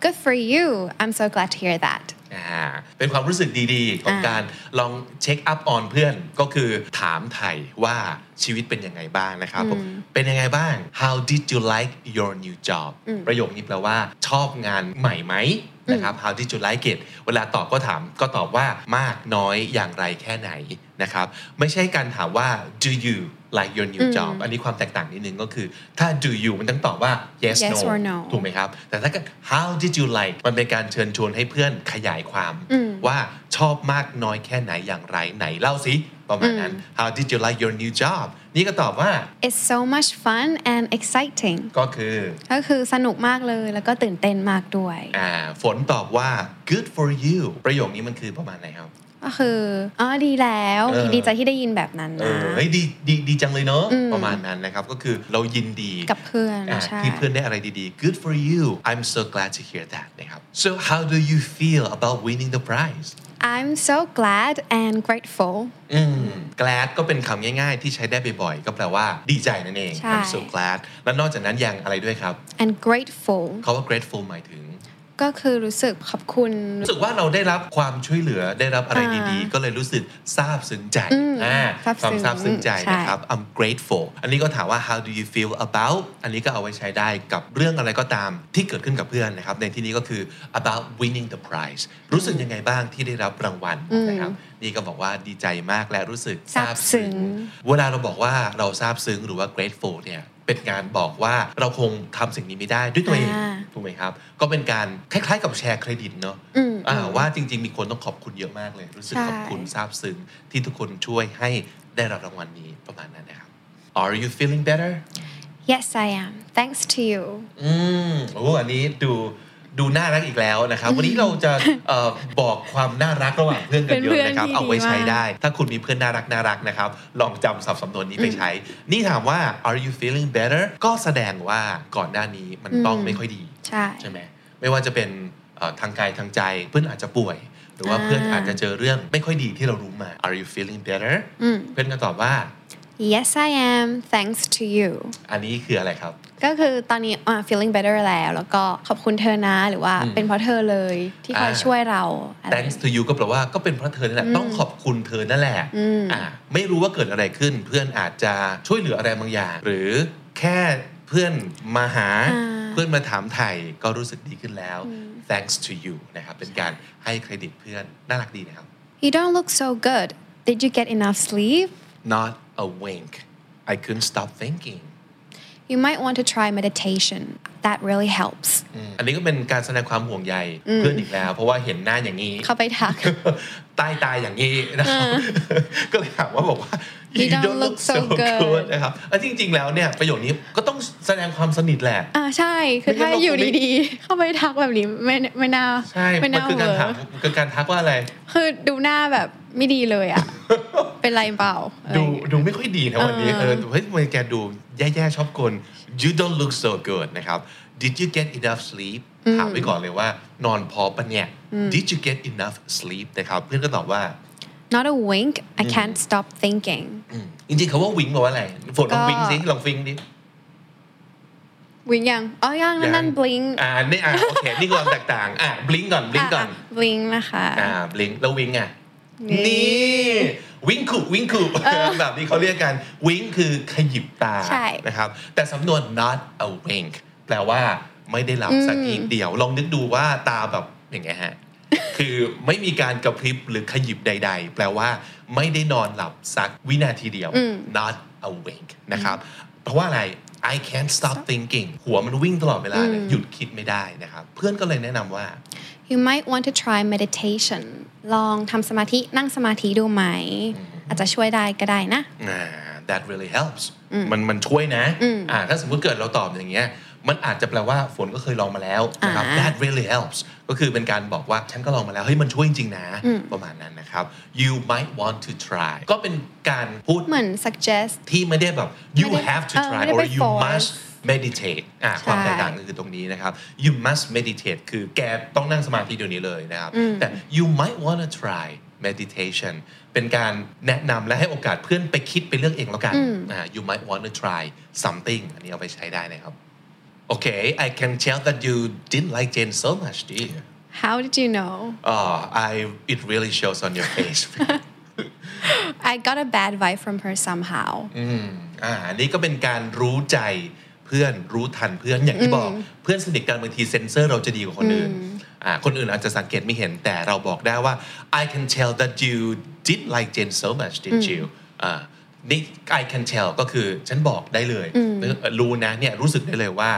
[SPEAKER 3] Good for you. I'm so glad to hear that.
[SPEAKER 4] อ่าเป็นความรู้สึกดีๆ ของการลองเช็คอัพออนเพื่อนก็คือถามไถ่ว่าชีวิตเป็นยังไงบ้างนะครับผมเป็นยังไงบ้าง how did you like your new job ประโยคนี้แปลว่า ชอบงานใหม่ไหมนะครับ how did you like it เวลาตอบก็ถามก็ตอบว่ามากน้อยอย่างไรแค่ไหนนะครับ ไม่ใช่การถามว่า do you like your new job อันนี้ความแตกต่างนิดนึงก็คือ ถ้า do you มันต้องตอบว่า yes,
[SPEAKER 3] Yes or no
[SPEAKER 4] ถูกไหม ถูกไหมครับแต่ถ้าเกิด how did you like มันเป็นการเชิญชวนให้เพื่อนขยายความ ว่าชอบมากน้อยแค่ไหนอย่างไรไหนเล่าสิประมาณนั้น how did you like your new job นี่ก็ตอบว่า
[SPEAKER 3] It's so much fun and exciting.
[SPEAKER 4] ก็คือ
[SPEAKER 3] ก็คือสนุกมากเลยแล้วก็ตื่นเต้นมากด้วย
[SPEAKER 4] อ่าฝนตอบว่า good for you ประโยคนี้มันคือประมาณไหนครับ
[SPEAKER 3] ก็คืออ๋อดีแล้ว
[SPEAKER 4] เออ
[SPEAKER 3] ดีใจที่ได้ยินแบบนั้น
[SPEAKER 4] เอ
[SPEAKER 3] นะ
[SPEAKER 4] อเฮ้ยดีดีดีจังเลยเนาะประมาณนั้นนะครับ ก็คือเรายินดี
[SPEAKER 3] กับเพื่อน
[SPEAKER 4] อ่า
[SPEAKER 3] ใช่
[SPEAKER 4] ที่เพื่อนได้อะไรดีๆ good for you I'm so glad to hear that นะครับ so how do you feel about winning the prize
[SPEAKER 3] I'm so glad and grateful
[SPEAKER 4] อืม glad ก็เป็นคำง่ายๆ ที่ใช้ได้บ่อยๆ ก็แปลว่าดีใจนั่นเอง
[SPEAKER 3] ใช่
[SPEAKER 4] I'm so glad และนอกจากนั้นยังอะไรด้วยครับ
[SPEAKER 3] and grateful
[SPEAKER 4] เขาว่า grateful หมายถึง
[SPEAKER 3] ก็คือรู้สึกขอบคุณ
[SPEAKER 4] รู้สึกว่าเราได้รับความช่วยเหลือได้รับอะไรดีๆ ก็เลยรู้สึกซาบซึ้งใจอ่า
[SPEAKER 3] ซาบ
[SPEAKER 4] ความ
[SPEAKER 3] ซึ้ง
[SPEAKER 4] ซาบซึ้งใจ
[SPEAKER 3] ใช่
[SPEAKER 4] นะครับ I'm grateful อันนี้ก็ถามว่า how do you feel about อันนี้ก็เอาไว้ใช้ได้กับเรื่องอะไรก็ตามที่เกิดขึ้นกับเพื่อนนะครับ ในที่นี้ก็คือ about winning the prize รู้สึกยังไงบ้างที่ได้รับรางวัลนะครับ นี่ก็บอกว่าดีใจมากและรู้สึก
[SPEAKER 3] ซาบซึ้ง
[SPEAKER 4] เวลาเราบอกว่าเราซาบซึ้งหรือว่า grateful เนี่ยเป็นการบอกว่าเราคงทำสิ่งนี้ไม่ได้ด้วยตัวเอง
[SPEAKER 3] อ่า
[SPEAKER 4] ถูกไหมครับ ก็เป็นการคล้ายๆกับแชร์เครดิตเนาะ
[SPEAKER 3] อืม
[SPEAKER 4] อ่าว่าจริง ๆ มีคนต้องขอบคุณเยอะมากเลย รู้สึก
[SPEAKER 3] ใช่
[SPEAKER 4] ขอบคุณซาบซึ้งที่ทุกคนช่วยให้ได้รับรางวัลนี้ประมาณนั้นนะครับ Are you feeling better
[SPEAKER 3] yes I am thanks to you
[SPEAKER 4] อืมโอ้อันนี้ดูดูน่ารักอีกแล้วนะครับ วันนี้เราจะเอ่อบอกความน่ารักระหว่างเพื่อนกันเย
[SPEAKER 3] เป็น
[SPEAKER 4] อะ
[SPEAKER 3] เพื่อน
[SPEAKER 4] นะครับ
[SPEAKER 3] ที่
[SPEAKER 4] เอาไว้ใช้
[SPEAKER 3] ดีมาก
[SPEAKER 4] ได้ ถ้าคุณมีเพื่อนน่ารักน่ารักนะครับ ลองจำศัพท์สำนวนนี้ไปใช้ นี่ถามว่า are you feeling better ก็แสดงว่าก่อนหน้านี้มันต้องไม่ค่อยดี
[SPEAKER 3] ใช่
[SPEAKER 4] ใช่ไหมไม่ว่าจะเป็นเอ่อทางกายทางใจเพื่อนอาจจะป่วย หรือว่า
[SPEAKER 3] อ่า
[SPEAKER 4] เพื่อนอาจจะเจอเรื่องไม่ค่อยดีที่เรารู้มา are you feeling better เพื่อนก็ตอบว่า
[SPEAKER 3] yes I am thanks to you
[SPEAKER 4] อันนี้คืออะไรครับ
[SPEAKER 3] ก็คือตอนนี้อ่า feeling better แล้วแล้วก็ขอบคุณเธอนะหรือว่าเป็นเพราะเธอเลยที่คอย
[SPEAKER 4] อ่า
[SPEAKER 3] ช่วยเราอะไร
[SPEAKER 4] thanks to you ก็แปลว่าก็เป็นเพราะเธอนั่นแหละต้องขอบคุณเธอนั่นแหละอ่าไม่รู้ว่าเกิดอะไรขึ้น เพื่อนอาจจะช่วยเหลืออะไรบางอย่าง หรือแค่เพื่อนมาหา
[SPEAKER 3] อ่า
[SPEAKER 4] เพื่อนมาถามไถ่ก็รู้สึกดีขึ้นแล้ว thanks to you นะครับเป็นการให้เครดิตเพื่อนน่ารักดีนะครับ
[SPEAKER 3] you don't look so good did you get enough sleep
[SPEAKER 4] not a wink I couldn't stop thinking
[SPEAKER 3] you might want to try meditation that really helps
[SPEAKER 4] อืมอันนี้ก็เป็นการแสดงความห่วงใยเพื่อนอีกแล้ว เพราะว่าเห็นหน้าอย่างนี้
[SPEAKER 3] เข้าไปทัก
[SPEAKER 4] ใต้ตายอย่างนี้นะครับ ก็เลยถามว่าบอกว่า
[SPEAKER 3] You don't look so good
[SPEAKER 4] นะครับแล้วจริง ๆ แล้วเนี่ยประโยคนี้ก็ต้องแสดงความสนิทแหละ
[SPEAKER 3] อ่าใช่ คือ
[SPEAKER 4] ไม่งั้
[SPEAKER 3] ถ้าน
[SPEAKER 4] เราคงไม่
[SPEAKER 3] อยู่ดีๆ เข้าไปทักแบบนี้ไม่ไม่น่า
[SPEAKER 4] ใช่
[SPEAKER 3] ไม่
[SPEAKER 4] มัน
[SPEAKER 3] น่า
[SPEAKER 4] คือ
[SPEAKER 3] เว
[SPEAKER 4] การ
[SPEAKER 3] อ
[SPEAKER 4] ถาม
[SPEAKER 3] ร์
[SPEAKER 4] มันคือการทักว่าอะไร
[SPEAKER 3] คือดูหน้าแบบไม่ดีเลยอ่ะ เป็นไรเปล่าอะไรอ
[SPEAKER 4] ดู
[SPEAKER 3] ย่าง
[SPEAKER 4] ดู
[SPEAKER 3] เงี้ย
[SPEAKER 4] ไม่ค่อยดีนะวันนี้เออเฮ้ยทำไมแกดูแย่ๆชอบกล you don't look so good นะครับ did you get enough sleep ถามไว้ก่อนเลยว่านอนพอปะเนี่ย did you get enough sleep นะครับเพื่อนก็ตอบว่า
[SPEAKER 3] not a wink I can't stop thinking
[SPEAKER 4] อืมจริงๆเขาว่าวิงบอกว่าอะไรฝนลอง
[SPEAKER 3] ก็
[SPEAKER 4] วิงสิลองฟิงดิ
[SPEAKER 3] วิงยังอ๋อยังนั่นนั่น blink
[SPEAKER 4] อ่านี่อ่าโอเค นี่คือความแตกต่าง อ่าบลิงก่อนบลิงก่อน
[SPEAKER 3] blink นะคะ
[SPEAKER 4] อ่าบลิงแล้ววิงอ่ะ
[SPEAKER 3] นี่
[SPEAKER 4] นี่วิงคุวิงคุแบบนี้เขาเรียกกันวิงคือขยิบตา
[SPEAKER 3] ใช่
[SPEAKER 4] นะครับ แต่สำนวน not a wink แปลว่าไม่ได้หลับสักทีเดียว ลองนึกดูว่าตาแบบอย่างเงี้ยฮะ คือไม่มีการกระพริบหรือขยิบใด ๆ แปลว่าไม่ได้นอนหลับสักวินาทีเดียว
[SPEAKER 3] อืม
[SPEAKER 4] not awake นะครับ เพราะว่าอะไร I can't stop thinking หัวมันวิ่งตลอดเวลาเลยหยุดคิดไม่ได้นะครับ เพื่อนก็เลยแนะนำว่า
[SPEAKER 3] you might want to try meditation ลองทำสมาธินั่งสมาธิดูไหม อาจจะช่วยได้ก็ได้นะ
[SPEAKER 4] อ่า that really helps มันมันช่วยนะอ่าถ้าสมมติเกิดเราตอบอย่างเงี้ย มันอาจจะแปลว่าฝนก็เคยลองมาแล้วนะครับ
[SPEAKER 3] อ่า
[SPEAKER 4] that really helps ก็คือเป็นการบอกว่าฉันก็ลองมาแล้ว เฮ้ย มันช่วยจริงๆนะ ประมาณนั้นนะครับ you might want to try ก็เป็นการพูด
[SPEAKER 3] เหมือน suggest
[SPEAKER 4] ที่ไม่ได้แบบ you
[SPEAKER 3] ไม่ได้
[SPEAKER 4] have to
[SPEAKER 3] เออ
[SPEAKER 4] try
[SPEAKER 3] ไม่ได้
[SPEAKER 4] or
[SPEAKER 3] ไป
[SPEAKER 4] you
[SPEAKER 3] force
[SPEAKER 4] must meditate อ่ะ
[SPEAKER 3] ใช่
[SPEAKER 4] ความแตกต่างก็คือตรงนี้นะครับ you must meditate คือแกต้องนั่งสมาธิเดี๋ยวนี้เลยนะครับ แต่ you might wanna try meditation เป็นการแนะนำและให้โอกาสเพื่อนไปคิดไปเลือกเองแล้วกันอ่า you might wanna try something อันนี้เอาไปใช้ได้นะครับ Okay I can tell that you didn't like Jane so much do you
[SPEAKER 3] how did you know
[SPEAKER 4] oh I it really shows on your face
[SPEAKER 3] I got a bad vibe from her somehow
[SPEAKER 4] อืมอ่าอันนี้ก็เป็นการรู้ใจเพื่อนรู้ทันเพื่อนอย่างที่บอกเพื่อนสนิทกันบางทีเซนเซอร์เราจะดีกว่าคนอื่นอ่าคนอื่นอาจจะสังเกตไม่เห็นแต่เราบอกได้ว่า I can tell that you did like Jen so much did you อ่านี่ I can tell ก็คือฉันบอกได้เลยเออรู้นะเนี่ยรู้สึกได้เลยว่า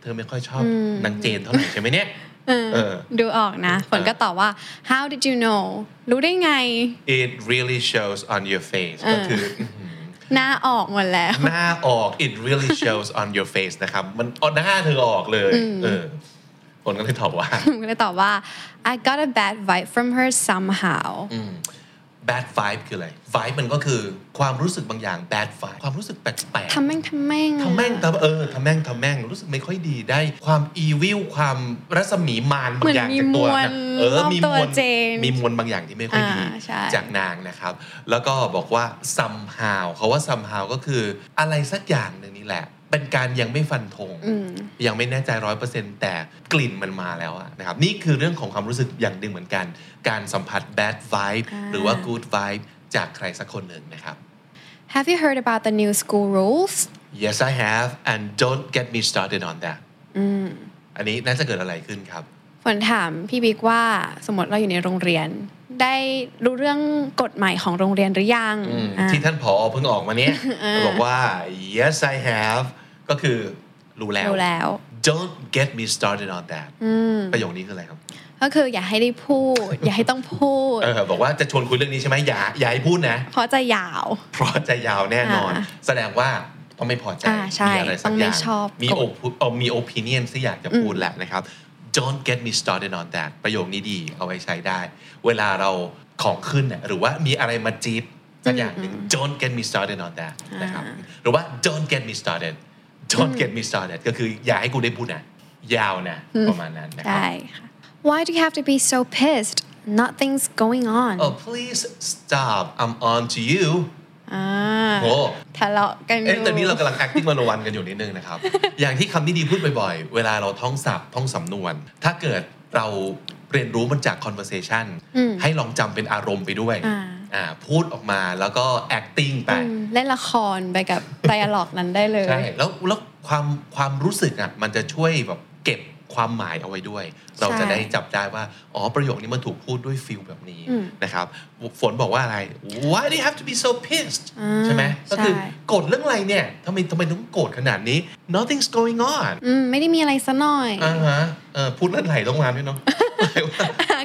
[SPEAKER 4] เธอไม่ค่อยชอบนางเจนเท่าไหร่ใช่ไหมเนี่ยเออ
[SPEAKER 3] ดูออกนะ ฝนก็ตอบว่า how did you know รู้ได้ไง
[SPEAKER 4] it really shows on your face ก็คือ
[SPEAKER 3] หน้าออกหมดแล้ว
[SPEAKER 4] หน้าออก it really shows on your face นะครับ มันเอาหน้าเธอออกเลย เออคนก็เลยตอบว่า
[SPEAKER 3] ก็เลยตอบว่า I got a bad vibe from her somehow
[SPEAKER 4] bad vibe คืออะไร vibe มันก็คือความรู้สึกบางอย่าง bad vibe ความรู้สึกแปลกๆ
[SPEAKER 3] ทำแม่งทำแม่งอะ
[SPEAKER 4] ทำแม่งทำเออทำแม่งทำแม่งรู้สึกไม่ค่อยดีได้ความ evil ความรัศมีมารบางอย่าง
[SPEAKER 3] เหมือน
[SPEAKER 4] จาก
[SPEAKER 3] มี
[SPEAKER 4] ตัว
[SPEAKER 3] มวล
[SPEAKER 4] นะเออ
[SPEAKER 3] รอบ
[SPEAKER 4] มี
[SPEAKER 3] ตัว
[SPEAKER 4] มวล
[SPEAKER 3] เจน
[SPEAKER 4] มีมวลบางอย่างที่ไม่ค่อยดี
[SPEAKER 3] อ่าใช่
[SPEAKER 4] จากนางนะครับ แล้วก็บอกว่า somehow เขาว่า somehow ก็คืออะไรสักอย่างหนึ่งนี่แหละ เป็นการยังไม่ฟันธง
[SPEAKER 3] อืม
[SPEAKER 4] ยังไม่แน่ใจร้อยเปอร์เซ็นต์แต่กลิ่นมันมาแล้วอะนะครับนี่คือเรื่องของความรู้สึกอย่างหนึ่งเหมือนกัน การสัมผัส bad vibe
[SPEAKER 3] อ่า
[SPEAKER 4] หรือว่า good vibe จากใครสักคนหนึ่งนะครับ
[SPEAKER 3] Have you heard about the new school rules
[SPEAKER 4] yes I have and don't get me started on that
[SPEAKER 3] อืม
[SPEAKER 4] อันนี้น่าจะเกิดอะไรขึ้นครับ
[SPEAKER 3] ฝนถามพี่บิ๊กว่าสมมติเราอยู่ในโรงเรียน ได้รู้เรื่องกฎหมายของโรงเรียนหรือยัง
[SPEAKER 4] อืม
[SPEAKER 3] อ่ะ
[SPEAKER 4] ที่ท่านผอเพิ่งออกมาเนี้ย
[SPEAKER 3] อ่า
[SPEAKER 4] บอกว่า yes I have ก็คือรู้แล้ว
[SPEAKER 3] รู้แล้ว
[SPEAKER 4] don't get me started on that
[SPEAKER 3] อืม
[SPEAKER 4] ประโยคนี้คืออะไรครับ
[SPEAKER 3] ก็คืออย่าให้ได้พู ด อย่าให้ต้องพูด
[SPEAKER 4] เออบอกว่าจะชวนคุยเรื่องนี้ใช่ไหมอย่าอย่าให้พูดนะ
[SPEAKER 3] เพราะจะยาว
[SPEAKER 4] เพราะจะยาวแน่นอน
[SPEAKER 3] อ่า
[SPEAKER 4] แสดงว่าต้องไม่พอใจ
[SPEAKER 3] อ่าใช่
[SPEAKER 4] มีอะไรสักอย่าง
[SPEAKER 3] ต้องไม่ชอบ
[SPEAKER 4] มี
[SPEAKER 3] กด
[SPEAKER 4] โอเอามีโอปิเนียนที่อยากจะพูดแหละนะครับ don't get me started on that ประโยคนี้ดีเอาไว้ใช้ได้ เวลาเราของขึ้นเนี่ยหรือว่ามีอะไรมาจีบสักอย่างหนึ่ง don't get me started on that นะครับหรือว่า don't get me started don't get me started ก็คืออย่าให้กูได้พูดนะยาวนะประมาณนั้นนะครั
[SPEAKER 3] ได้
[SPEAKER 4] บ
[SPEAKER 3] ค่ะ Why do you have to be so pissed nothing's going on
[SPEAKER 4] oh please stop I'm on to you
[SPEAKER 3] อ่า
[SPEAKER 4] โอ้
[SPEAKER 3] ทะเลาะกันอ
[SPEAKER 4] เอ๊ะ
[SPEAKER 3] ยู่
[SPEAKER 4] แต่นี้เรากำลัง acting มโนวันกันอยู่นิดนึงนะครับ อย่างที่คำนี้ดีพูดบ่อยๆ เวลาเราท่องศัพท์ท่องสำนวน ถ้าเกิดเราเรียนรู้มันจาก conversation
[SPEAKER 3] อืม
[SPEAKER 4] ให้ลองจำเป็นอารมณ์ไปด้วย
[SPEAKER 3] อ่า
[SPEAKER 4] อ่าพูดออกมาแล้วก็ acting ไป
[SPEAKER 3] อืมเล่นละครไปกับ ไดอะล็อกนั้นได้เลย
[SPEAKER 4] ใช่แล้วแล้วความความรู้สึกอ่ะมันจะช่วยแบบเก็บความหมายเอาไว้ด้วย เราจะได้จับได้ว่า อ๋อ ประโยคนี้มันถูกพูดด้วยฟิลแบบนี้
[SPEAKER 3] อืม
[SPEAKER 4] นะครับ ฝนบอกว่าอะไร why do you have to be so pissed
[SPEAKER 3] อ่า
[SPEAKER 4] ใช่ไหมก็คือ
[SPEAKER 3] ใช่
[SPEAKER 4] โกรธเรื่องอะไรเนี่ยทำไมทำไมต้องโกรธขนาดนี้ nothing's going on
[SPEAKER 3] อืมไม่ได้มีอะไรซะหน่อย
[SPEAKER 4] อ่าฮะเออพูดเรื่องไหลต้องมาด้วย เนาะ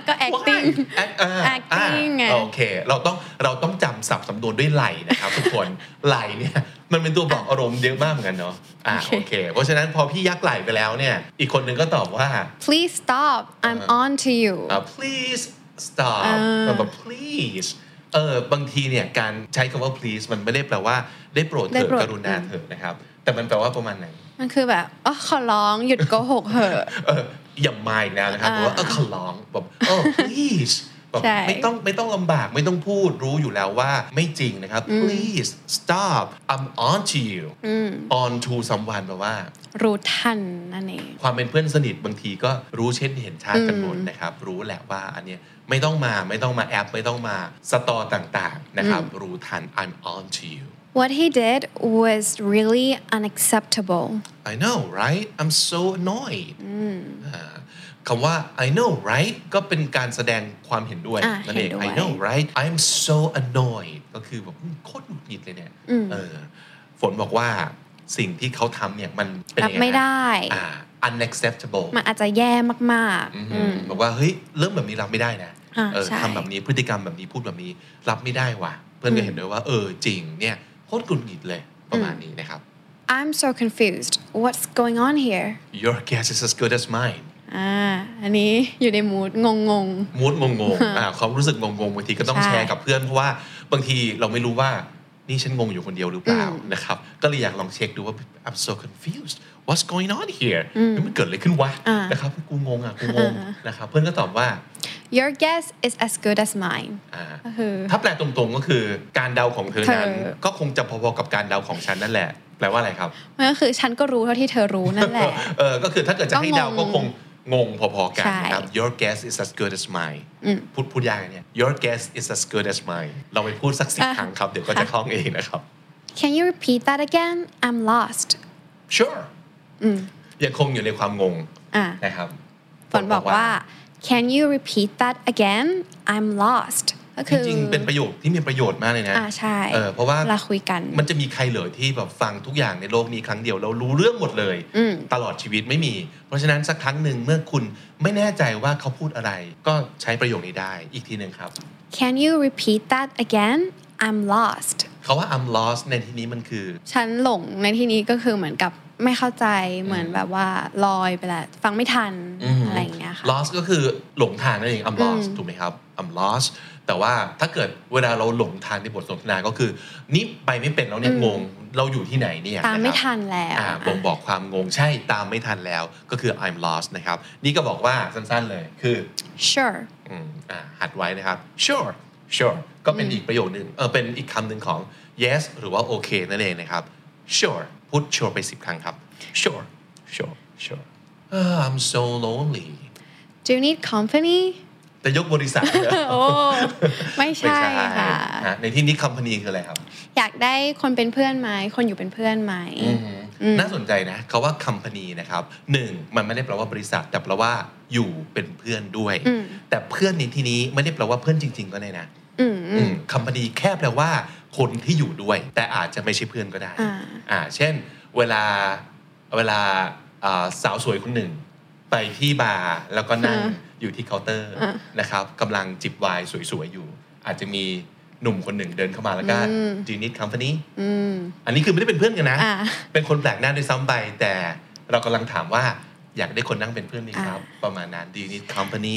[SPEAKER 3] ก็ acting
[SPEAKER 4] Why? Act- อ่า
[SPEAKER 3] acting ไง
[SPEAKER 4] อ่าโอเค เราต้องเราต้องจำศัพท์สำนวนด้วยไหลนะครับ ทุกคน ไหลเนี่ยมันเป็นตัวบอกอารมณ์เยอะมากเหมือนกันเนาะอ่าโอเค เพราะฉะนั้นพอพี่ยักไหลไปแล้วเนี่ย อีกคนหนึ่งก็ตอบว่า
[SPEAKER 3] please stop I'm on to you
[SPEAKER 4] อ่า please stop
[SPEAKER 3] อ่า
[SPEAKER 4] แบบว่า please เออบางทีเนี่ยการใช้คำว่า please มันไม่ได้แปลว่าได้โปรดเถิ
[SPEAKER 3] ได้
[SPEAKER 4] ด
[SPEAKER 3] โปรด
[SPEAKER 4] กรุณาเถิดนะครับ แต่มันแปลว่าประมาณไหน
[SPEAKER 3] มันคือแบบอ๋อขอร้องหยุดโกหกเหอะ
[SPEAKER 4] เอออย่ามาอีกแล้วนะครับ
[SPEAKER 3] อ่า
[SPEAKER 4] เพราะว่าเออขอร้องแบบเออ please แบบ
[SPEAKER 3] ใช่
[SPEAKER 4] ไม่ต้องไม่ต้องลำบากไม่ต้องพูดรู้อยู่แล้วว่าไม่จริงนะครับ please stop I'm on to you
[SPEAKER 3] อืม
[SPEAKER 4] on to someone แปลว่า
[SPEAKER 3] รู้ทันนั่นเอง
[SPEAKER 4] ความเป็นเพื่อนสนิทบางทีก็รู้เช่นเห็นชาติกันหมดนะครับ รู้แหละว่าอันเนี้ยไม่ต้องมาไม่ต้องมาแอป ไม่ต้องมาสตอต่างๆนะครับ รู้ทัน I'm on to you
[SPEAKER 3] What he did was really unacceptable
[SPEAKER 4] I know right I'm so annoyed อ่าคำว่า I know right ก็เป็นการแสดงความเห็นด้วย
[SPEAKER 3] อ่า
[SPEAKER 4] นั่นเอง
[SPEAKER 3] เห็นด้วย
[SPEAKER 4] I know right I'm so annoyed ก็คือแบบโคตรหงุดหงิดเลยเนี่ยเออฝนบอกว่า สิ่งที่เขาทำเนี่ยมันเป็น
[SPEAKER 3] รับ
[SPEAKER 4] ยังง
[SPEAKER 3] ไม่ได้
[SPEAKER 4] อ่า unacceptable
[SPEAKER 3] มันอาจจะแย่มาก
[SPEAKER 4] อืม
[SPEAKER 3] ๆอืม
[SPEAKER 4] บอกว่าเฮ้ยเรื่องแบบนี้รับไม่ได้นะ
[SPEAKER 3] อ่า
[SPEAKER 4] เออ
[SPEAKER 3] ใช่
[SPEAKER 4] ทำแบบนี้พฤติกรรมแบบนี้พูดแบบนี้ รับไม่ได้ว่ะ เพื่อนก็เห็นด้วยว่า เออจริงเนี่ยโคตรกุนกิดเลยประมาณ
[SPEAKER 3] อืม
[SPEAKER 4] นี้นะครับ
[SPEAKER 3] I'm so confused what's going on here
[SPEAKER 4] your guess is as good as mine
[SPEAKER 3] อ่า
[SPEAKER 4] Ah,
[SPEAKER 3] อันนี้อยู่ในมูดงง
[SPEAKER 4] มูดงงๆอ่าความรู้สึกงงๆบางทีก็ต้อง
[SPEAKER 3] ใช่
[SPEAKER 4] แชร์กับเพื่อนเพราะว่าบางทีเราไม่รู้ว่านี่ฉันงงอยู่คนเดียวหรือเปล่า
[SPEAKER 3] อืม
[SPEAKER 4] นะครับ ก็เลยอยากลองเช็คดูว่า I'm so confused what's going on here
[SPEAKER 3] อืม
[SPEAKER 4] มันเกิดอะไรขึ้นวะ
[SPEAKER 3] อ่าน
[SPEAKER 4] นะครับกูงงอ่ะกูงงนะครับเพื่อนก็ตอบว่า
[SPEAKER 3] ๆ Your guess is as good as mine
[SPEAKER 4] อ่า
[SPEAKER 3] ก็คือ
[SPEAKER 4] ถ้าแปลตรงๆก็คือการเดาของเธอนั้น
[SPEAKER 3] เธอ
[SPEAKER 4] ก็คงจะพอๆกับการเดาของฉันนั่นแหละ แปลว่าอะไรครับ
[SPEAKER 3] มันก็คือฉันก็รู้เท่าที่เธอรู้นั่นแหละ
[SPEAKER 4] เออก็คือถ้าเกิดจะให้เดา
[SPEAKER 3] ก็
[SPEAKER 4] ก็
[SPEAKER 3] ง
[SPEAKER 4] คง
[SPEAKER 3] ง
[SPEAKER 4] งงพอๆกัน
[SPEAKER 3] ใช่
[SPEAKER 4] นะครับ Your guess is as good as mine
[SPEAKER 3] อืม
[SPEAKER 4] พูดพูดยากนะเนี่ย Your guess is as good as mine เราไปพูดสักสิบ
[SPEAKER 3] อ่ะ
[SPEAKER 4] ครั้งครับ เดี๋ยวก็จะคล่องเองนะครับ
[SPEAKER 3] Can you repeat that again I'm lost
[SPEAKER 4] Sure
[SPEAKER 3] อืม
[SPEAKER 4] ยังคงอยู่ในความงง
[SPEAKER 3] อ่า
[SPEAKER 4] นะครับ
[SPEAKER 3] ฝนบอกว่า Can you repeat that again I'm lost ก็
[SPEAKER 4] จ
[SPEAKER 3] คือ
[SPEAKER 4] ริงๆ เป็นประโยคที่มีประโยชน์มากเลยนะ
[SPEAKER 3] อ่าใช่
[SPEAKER 4] เออเพราะว่า
[SPEAKER 3] เราคุยกัน
[SPEAKER 4] มันจะมีใครเหลือที่แบบฟังทุกอย่างในโลกนี้ครั้งเดียว เรารู้เรื่องหมดเลย
[SPEAKER 3] อืม
[SPEAKER 4] ตลอดชีวิตไม่มี เพราะฉะนั้นสักครั้งหนึ่งเมื่อคุณไม่แน่ใจว่าเขาพูดอะไร ก็ใช้ประโยคนี้ได้อีกทีหนึ่งครับ
[SPEAKER 3] Can you repeat that again I'm lost
[SPEAKER 4] เขาว่า I'm lost ในที่นี้มันคือ
[SPEAKER 3] ฉันหลงในที่นี้ก็คือเหมือนกับไม่เข้าใจเหมือนแบบว่าลอยไปละฟังไม่ทัน
[SPEAKER 4] อืม
[SPEAKER 3] อะไรอย่างเงี้ยค่ะ
[SPEAKER 4] lost ก็คือหลงทางนั่นเอง I'm lost
[SPEAKER 3] อืม
[SPEAKER 4] ถูกไหมครับ I'm lost แต่ว่าถ้าเกิดเวลาเราหลงทางในบทสนทนาก็คือ นี่ไปไม่เป็นแล้วเนี่ยงง เราอยู่ที่ไหนเนี่ย
[SPEAKER 3] ตามไม่
[SPEAKER 4] ะครับ
[SPEAKER 3] ทันแล้ว
[SPEAKER 4] อ่าบ่งบอกความงงใช่ตามไม่ทันแล้วก็คือ I'm lost นะครับ นี่ก็บอกว่าสั้นๆเลยคือ
[SPEAKER 3] Sure
[SPEAKER 4] อืมอ่าหัดไว้นะครับ sure sure ก็เป็นอีกประโยคนึงเออเป็นอีกคำหนึ่งของ yes หรือว่า okay นั่นเองนะครับ sure พูด sure ไปสิบครั้งครับ sure sure sure เออ I'm so lonely
[SPEAKER 3] Do you need company
[SPEAKER 4] แต่ยกบริษัทเลย
[SPEAKER 3] โอ้ไม่
[SPEAKER 4] ไม่
[SPEAKER 3] ใช่
[SPEAKER 4] ใช่
[SPEAKER 3] ค่ะ
[SPEAKER 4] อ่ะในที่นี้ company คืออะไรครับ
[SPEAKER 3] อยากได้คนเป็นเพื่อนไหม คนอยู่เป็นเพื่อนไหม อืม
[SPEAKER 4] น่าสนใจนะคาว่า company นะครับหนึ่งมันไม่ได้แปลว่าบริษัท แต่แปลว่าอยู่เป็นเพื่อนด้วย
[SPEAKER 3] อืม
[SPEAKER 4] แต่เพื่อนในที่นี้ไม่ได้แปลว่าเพื่อนจริง ๆ ก็ได้นะ
[SPEAKER 3] อืมอืม
[SPEAKER 4] คัมพานีแค่แปลว่าคนที่อยู่ด้วย แต่อาจจะไม่ใช่เพื่อนก็ได้
[SPEAKER 3] อ่า
[SPEAKER 4] อ่าเช่น เวลาเวลาอ่าสาวสวยคนหนึ่ง ไปที่บาร์แล้วก็นั่งอยู่ที่เคาน์เตอร์นะครับกำลังจิบไวน์สวยๆอยู่ อาจจะมีหนุ่มคนหนึ่งเดินเข้ามาแล้วก็ดีนิดคัมพานี
[SPEAKER 3] อืม
[SPEAKER 4] อันนี้คือไม่ได้เป็นเพื่อนกันนะ
[SPEAKER 3] อ่า
[SPEAKER 4] เป็นคนแปลกหน้าด้วยซ้ำไป แต่เรากำลังถามว่าอยากได้คนนั่งเป็นเพื่อนไหมครับ ประมาณนั้นดีนิดคอมพานี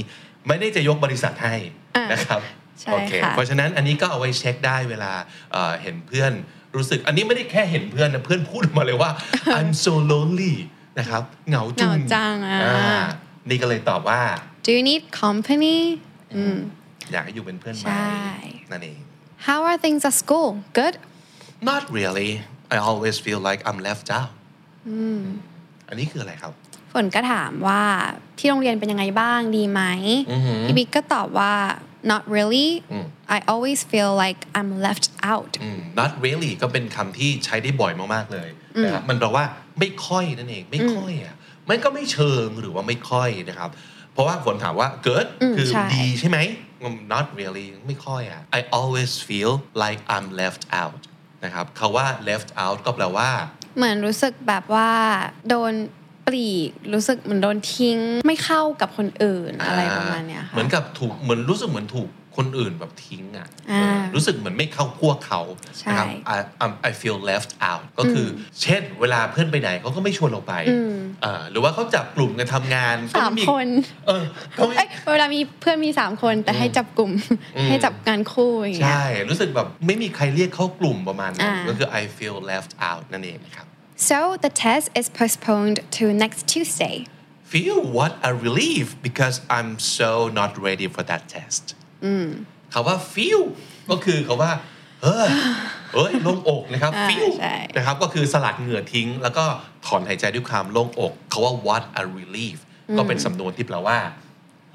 [SPEAKER 4] ไม่ได้จะยกบริษัทให้
[SPEAKER 3] อ่าน
[SPEAKER 4] นะครับ
[SPEAKER 3] ใช่
[SPEAKER 4] โอเค
[SPEAKER 3] ค่ะ
[SPEAKER 4] เพราะฉะนั้นอันนี้ก็เอาไว้เช็คได้เวลาเอ่อเห็นเพื่อนรู้สึก อันนี้ไม่ได้แค่เห็นเพื่อนนะเพื่อนพูดออกมาเลย ว่า I'm so lonely นะครับเหงาจุง
[SPEAKER 3] เหงาจังอ่ะ
[SPEAKER 4] อ่านี่ก็เลยตอบว่า
[SPEAKER 3] Do you need company อืม
[SPEAKER 4] อยากให้อยู่เป็นเพื่อนไหม
[SPEAKER 3] ใช่
[SPEAKER 4] นั่นเอง
[SPEAKER 3] How are things at school good
[SPEAKER 4] Not really I always feel like I'm left out อันนี้คืออะไรครับ
[SPEAKER 3] ฝนก็ถามว่าที่โรงเรียนเป็นยังไงบ้างดีไหม
[SPEAKER 4] อือหือ
[SPEAKER 3] พี่บิ๊กก็ตอบว่า not really
[SPEAKER 4] อืม
[SPEAKER 3] I always feel like I'm left out
[SPEAKER 4] อืม not really ก็เป็นคำที่ใช้ได้บ่อยมาก ๆ เลยนะครับมันแปลว่าไม่ค่อยนั่นเอง ไม่ค่อยอ่ะมันก็ไม่เชิงหรือว่าไม่ค่อยนะครับ เพราะว่าฝนถามว่าเกิด
[SPEAKER 3] อืม
[SPEAKER 4] คือ
[SPEAKER 3] ใช่
[SPEAKER 4] ดีใช่ไหม not really ไม่ค่อยอ่ะ I always feel like I'm left out นะครับคาว่า left out ก็แปลว่า
[SPEAKER 3] เหมือนรู้สึกแบบว่าโดนปลีกรู้สึกเหมือนโดนทิ้งไม่เข้ากับคนอื่นอะไรประมาณเนี้ยค่ะ
[SPEAKER 4] เหมือนกับถูกเหมือนรู้สึกเหมือนถูกคนอื่นแบบทิ้งอ่ะ
[SPEAKER 3] อ่า
[SPEAKER 4] เออรู้สึกเหมือนไม่เข้าพวกเขา
[SPEAKER 3] ใช่
[SPEAKER 4] นะครับ I I'm- I feel left out ก็คืออเช่น เวลาเพื่อนไปไหนเขาก็ไม่ชวนเราไป
[SPEAKER 3] อืม
[SPEAKER 4] เอ่อหรือว่าเขาจับกลุ่มกันทำงานก็
[SPEAKER 3] สาม
[SPEAKER 4] ไ
[SPEAKER 3] คน
[SPEAKER 4] เออก็ไม่
[SPEAKER 3] เอ้ยเวลามีเพื่อนมีสามคนแต่ให้จับกลุ่ม
[SPEAKER 4] อืม
[SPEAKER 3] ให้จับงานคู่อย่างเงี้ย
[SPEAKER 4] ใช่ รู้สึกแบบไม่มีใครเรียกเข้ากลุ่มประมาณนั้น
[SPEAKER 3] อ่า
[SPEAKER 4] ก็คือ I feel left out นั่นเองนะครับ
[SPEAKER 3] so the test is postponed to next Tuesday
[SPEAKER 4] feel what a relief because I'm so not ready for that test คำว่า feel ก็คือคำว่า เฮ้ยเฮ้ยโล่งอกนะครับ
[SPEAKER 3] อ่า
[SPEAKER 4] feel
[SPEAKER 3] ใช่
[SPEAKER 4] นะครับก็คือสลัดเหงื่อทิ้ง แล้วก็ถอนหายใจด้วยความโล่งอกคาว่า what a relief ก็เป็นสำนวนที่แปลว่า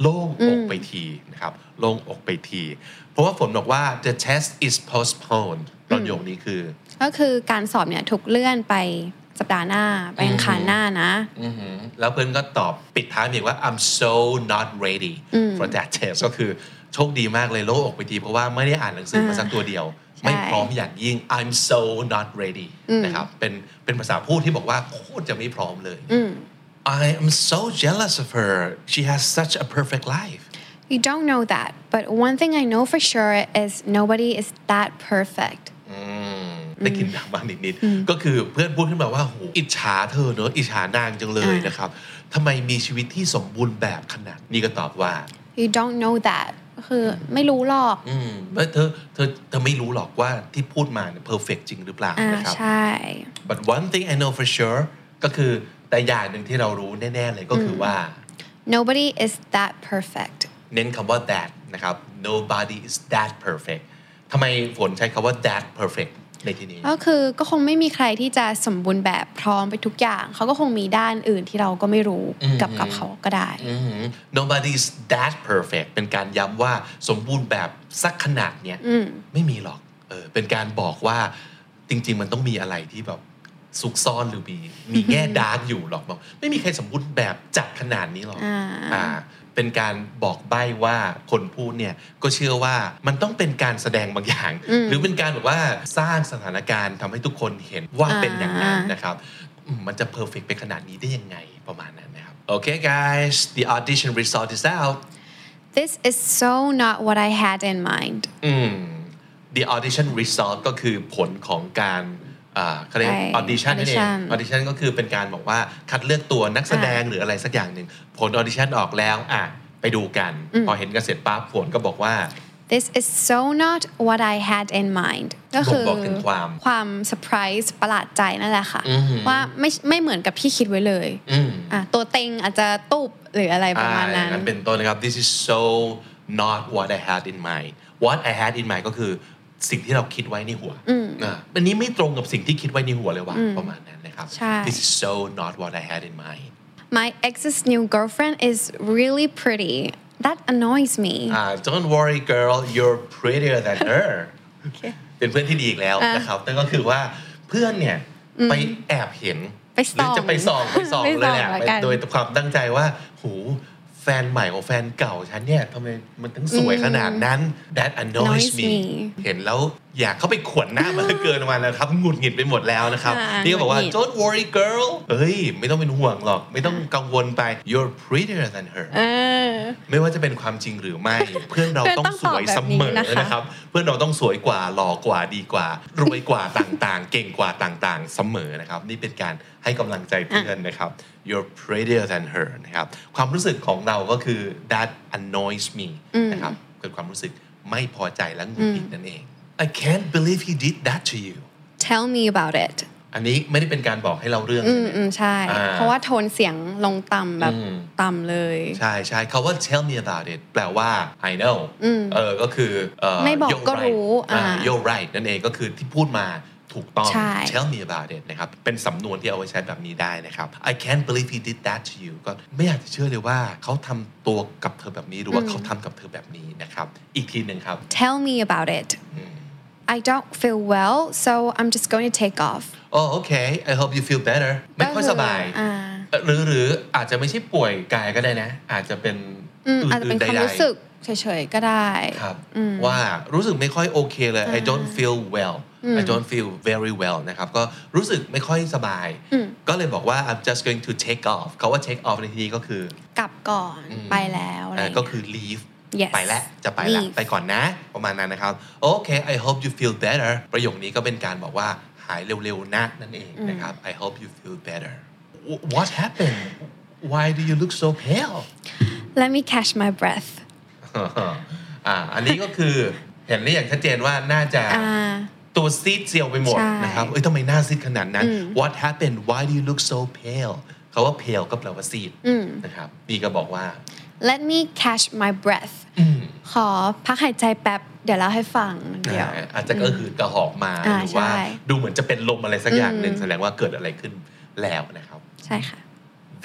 [SPEAKER 4] โล่งอกไปทีนะครับโล่งอกไปที เพราะว่าฝนบอกว่า the test is postponed ประโยคนี้คือ
[SPEAKER 3] ก็คือการสอบเนี่ยถูกเลื่อนไปสัปดาห์หน้าไปอังคารหน้านะ
[SPEAKER 4] อือหือแล้วเพื่อนก็ตอบปิดท้ายอีกว่า I'm so not ready for that test ก็คือโชคดีมากเลยโล่งอกไปทีเพราะว่าไม่ได้อ่านหนังสือมาสักตัวเดียว ไม่พร้อมอย่างยิ่ง I'm so not ready นะครับเป็นเป็นภาษาพูดที่บอกว่าโคตรจะไม่พร้อมเลย I am so jealous of her she has such a perfect life
[SPEAKER 3] You don't know that, but one thing I know for sure is nobody is that perfect.
[SPEAKER 4] ได้กลินดราม่านิดๆก็คือเพื่อนพูดขึ้นมาว่าโหอิจฉาเธอเนอะอิจฉานางจังเลยนะครับทำไมมีชีวิตที่สมบูรณ์แบบขนาดนี้ก็ตอบว่า
[SPEAKER 3] You don't know that คือไม่รู้หรอก
[SPEAKER 4] อืมว่าเธอเธอเธอไม่รู้หรอกว่าที่พูดมาเนี่ยเพอร์เฟกจริงหรือเปล่า
[SPEAKER 3] อ่า
[SPEAKER 4] นะครับ
[SPEAKER 3] ใช่
[SPEAKER 4] but one thing I know for sure ก็คือแต่อย่างหนึ่งที่เรารู้แน่ๆเลยก็คือว่า
[SPEAKER 3] Nobody is that perfect
[SPEAKER 4] เน้นคำว่า that นะครับ nobody is that perfect ทำไมฝนใช้คำว่า that perfect ในที่นี้
[SPEAKER 3] ก็คือก็คงไม่มีใครที่จะสมบูรณ์แบบพร้อมไปทุกอย่าง เขาก็คงมีด้านอื่นที่เราก็ไม่รู้กับกับเขาก็ได้
[SPEAKER 4] อืม nobody is that perfect เป็นการย้ำว่าสมบูรณ์แบบสักขนาดเนี้ยไม่มีหรอกเออเป็นการบอกว่าจริง ๆ มันต้องมีอะไรที่แบบซุกซ่อนหรือมีมีแง่ดาร์กอยู่หรอกแบบไม่มีใครสมบูรณ์แบบจัดขนาดนี้หรอก
[SPEAKER 3] อ่า
[SPEAKER 4] อ่าเป็นการบอกใบ้ว่าคนพูดเนี่ยก็เชื่อว่ามันต้องเป็นการแสดงบางอย่าง หรือเป็นการแบบว่าสร้างสถานการณ์ทำให้ทุกคนเห็นว่าเป็นอย่างนั้นนะ นะครับอืมมันจะเพอร์เฟกไปขนาดนี้ได้ยังไงประมาณนั้นนะครับ โอเค guys the audition result is out
[SPEAKER 3] This is so not what I had in mind
[SPEAKER 4] อืม the audition result ก็คือผลของการอ่าเขาเรียก
[SPEAKER 3] ใช่
[SPEAKER 4] audition นั่นเอง
[SPEAKER 3] audition
[SPEAKER 4] audition ก็คือเป็นการบอกว่าคัดเลือกตัวนักแสดงหรืออะไรสักอย่างหนึ่ง ผล audition ออกแล้วอ่ะไปดูกัน พอเห็นกันเสร็จปั๊บผลก็บอกว่า
[SPEAKER 3] This is so not what I had in mind ก็คือ
[SPEAKER 4] บ่งบอกถึงความ
[SPEAKER 3] ความเซอร์ไพรส์ประหลาดใจนั่นแหละค่ะ ว่าไม่ไม่เหมือนกับที่คิดไว้เลยอ่ะตัวเต็งอาจจะตุบหรืออะไรประมาณนั้น
[SPEAKER 4] อ่อย่างเป็นต้นนะครับ this is so not what I had in mind what I had in mind ก็คือสิ่งที่เราคิดไว้ในหัวอ่าอันนี้ไม่ตรงกับสิ่งที่คิดไว้ในหัวเลยว่ะประมาณนั้นนะครับ
[SPEAKER 3] ใช่
[SPEAKER 4] this is so not what I had in mind
[SPEAKER 3] My ex's new girlfriend is really pretty that annoys me
[SPEAKER 4] อ่า don't worry girl you're prettier than her เป็นเพื่อนที่ดีอีกแล้ว
[SPEAKER 3] อ่ะ
[SPEAKER 4] นะครับแต่ก็คือว่าเพื่อนเนี่ยไปแอบเห็น
[SPEAKER 3] ไป
[SPEAKER 4] ห
[SPEAKER 3] ส่
[SPEAKER 4] รือ
[SPEAKER 3] อง
[SPEAKER 4] จะไปส่ องไปส่อง
[SPEAKER 3] ไป
[SPEAKER 4] เล
[SPEAKER 3] ส่
[SPEAKER 4] ย
[SPEAKER 3] อง
[SPEAKER 4] แหละ
[SPEAKER 3] ละกัน
[SPEAKER 4] โดยความตั้งใจว่าหูแฟนใหม่ของแฟนเก่าฉันเนี่ยทำไมมันถึงสวยขนาดนั้น that annoys
[SPEAKER 3] Annoys
[SPEAKER 4] me
[SPEAKER 3] me
[SPEAKER 4] เห็นแล้วอยากเข้าไปขวนหน้ามันเหลือเกินวันแล้วครับหงุดหงิดไปหมดแล้วนะครับ
[SPEAKER 3] อ่า
[SPEAKER 4] นี่ก็บอกว่า
[SPEAKER 3] หงุดหงิด
[SPEAKER 4] don't worry girl เอ้ย ไม่ต้องเป็นห่วงหรอก ไม่ต้องกังวลไป you're prettier than her
[SPEAKER 3] เออ
[SPEAKER 4] ไม่ว่าจะเป็นความจริงหรือ ไม่ เพื่อนเรา
[SPEAKER 3] เพื่อน
[SPEAKER 4] ต้องสวยเสมอ
[SPEAKER 3] ต้องตอบแบบนี้นะคะ
[SPEAKER 4] นะครับ เพื่อนเราต้องสวยกว่าหล่อกว่าดีกว่ารวยกว่าต่างๆ เก่งกว่าต่างๆ เสมอนะครับ นี่เป็นการให้กำลังใจเพื่อนนะครับ you're prettier than her นะครับ ความรู้สึกของเราก็คือ that annoys me นะครับเกิดความรู้สึกไม่พอใจและหงุดหงิดนั่นเอง I can't believe he did that to you
[SPEAKER 3] tell me about it
[SPEAKER 4] อันนี้ไม่ได้เป็นการบอกให้เราเรื่อง
[SPEAKER 3] อืมอืมใช่
[SPEAKER 4] อ่า
[SPEAKER 3] เพราะว่าโทนเสียงลงต่ำแบบ
[SPEAKER 4] อืม
[SPEAKER 3] ต่ำเลย
[SPEAKER 4] ใช่ใช่คาว่า tell me about it แปลว่า I know เออก็คือเ
[SPEAKER 3] ไม่บอก
[SPEAKER 4] you're
[SPEAKER 3] ก็รู้
[SPEAKER 4] right อ่า
[SPEAKER 3] อ่า
[SPEAKER 4] you're right นั่นเองก็คือที่พูดมาถูกต้อง
[SPEAKER 3] ใช่
[SPEAKER 4] tell me about it นะครับ เป็นสำนวนที่เอาไว้ใช้แบบนี้ได้นะครับ I can't believe he did that to you ก็ไม่อยากจะเชื่อเลยว่าเขาทำตัวกับเธอแบบนี้ หรือว่าเขาทำกับเธอแบบนี้นะครับ อีกทีหนึ่งครับ
[SPEAKER 3] tell me about it I don't feel well so I'm just going to take off
[SPEAKER 4] โอ้โอเค I hope you feel better ไม่ค่อยสบาย
[SPEAKER 3] อ่า
[SPEAKER 4] หรือหรืออาจจะไม่ใช่ป่วยกายก็ได้นะ อาจจะเป็น
[SPEAKER 3] อืมอาจจะเป็น
[SPEAKER 4] ๆ
[SPEAKER 3] ความ
[SPEAKER 4] ใด
[SPEAKER 3] รู้
[SPEAKER 4] ๆ
[SPEAKER 3] สึกเฉยๆก็ได้
[SPEAKER 4] ครับว่ารู้สึกไม่ค่อยโอเคเลย I don't feel well I don't feel very well นะครับก็รู้สึกไม่ค่อยสบาย ก็เลยบอกว่า I'm just going to take off เขาว่า take off ในที่นี้ก็คือก
[SPEAKER 3] ลับก่อนไปแล้วอะไร
[SPEAKER 4] อ่า
[SPEAKER 3] ย่าง
[SPEAKER 4] ก็
[SPEAKER 3] เงี้ย
[SPEAKER 4] คือ leave
[SPEAKER 3] Yes
[SPEAKER 4] ไปแล้วจะไปแล้ว
[SPEAKER 3] leave
[SPEAKER 4] ไปก่อนนะ ประมาณนั้นนะครับโอเค I hope you feel better ประโยคนี้ก็เป็นการบอกว่าหายเร็วๆนะนั่นเองนะครับ I hope you feel better Wh- What happened Why do you look so pale
[SPEAKER 3] Let me catch my breath
[SPEAKER 4] อ่าอันนี้ก็คือเห็นได้อย่างชัดเจนว่าน่าจะ
[SPEAKER 3] อ่า
[SPEAKER 4] ตัวซีดเซียวไปหมด
[SPEAKER 3] ใช่
[SPEAKER 4] นะครับ เอ้ยทำไมหน้าซีดขนาดนั้น What happened Why do you look so pale เขาว่า pale ก็แปลว่าซีด
[SPEAKER 3] อืม
[SPEAKER 4] นะครับบีก็บอกว่า
[SPEAKER 3] Let me catch my breath ขอพักหายใจแป๊บ เดี๋ยวเล่าให้ฟังเดี๋ยว
[SPEAKER 4] อ่าอาจจะก็คือกระหอบมา
[SPEAKER 3] อ่า
[SPEAKER 4] หรือว่า
[SPEAKER 3] ใช่
[SPEAKER 4] ดูเหมือนจะเป็นลมอะไรสักอย่างหนึ่งแสดงว่าเกิดอะไรขึ้นแล้วนะครับ
[SPEAKER 3] ใช่ค่ะ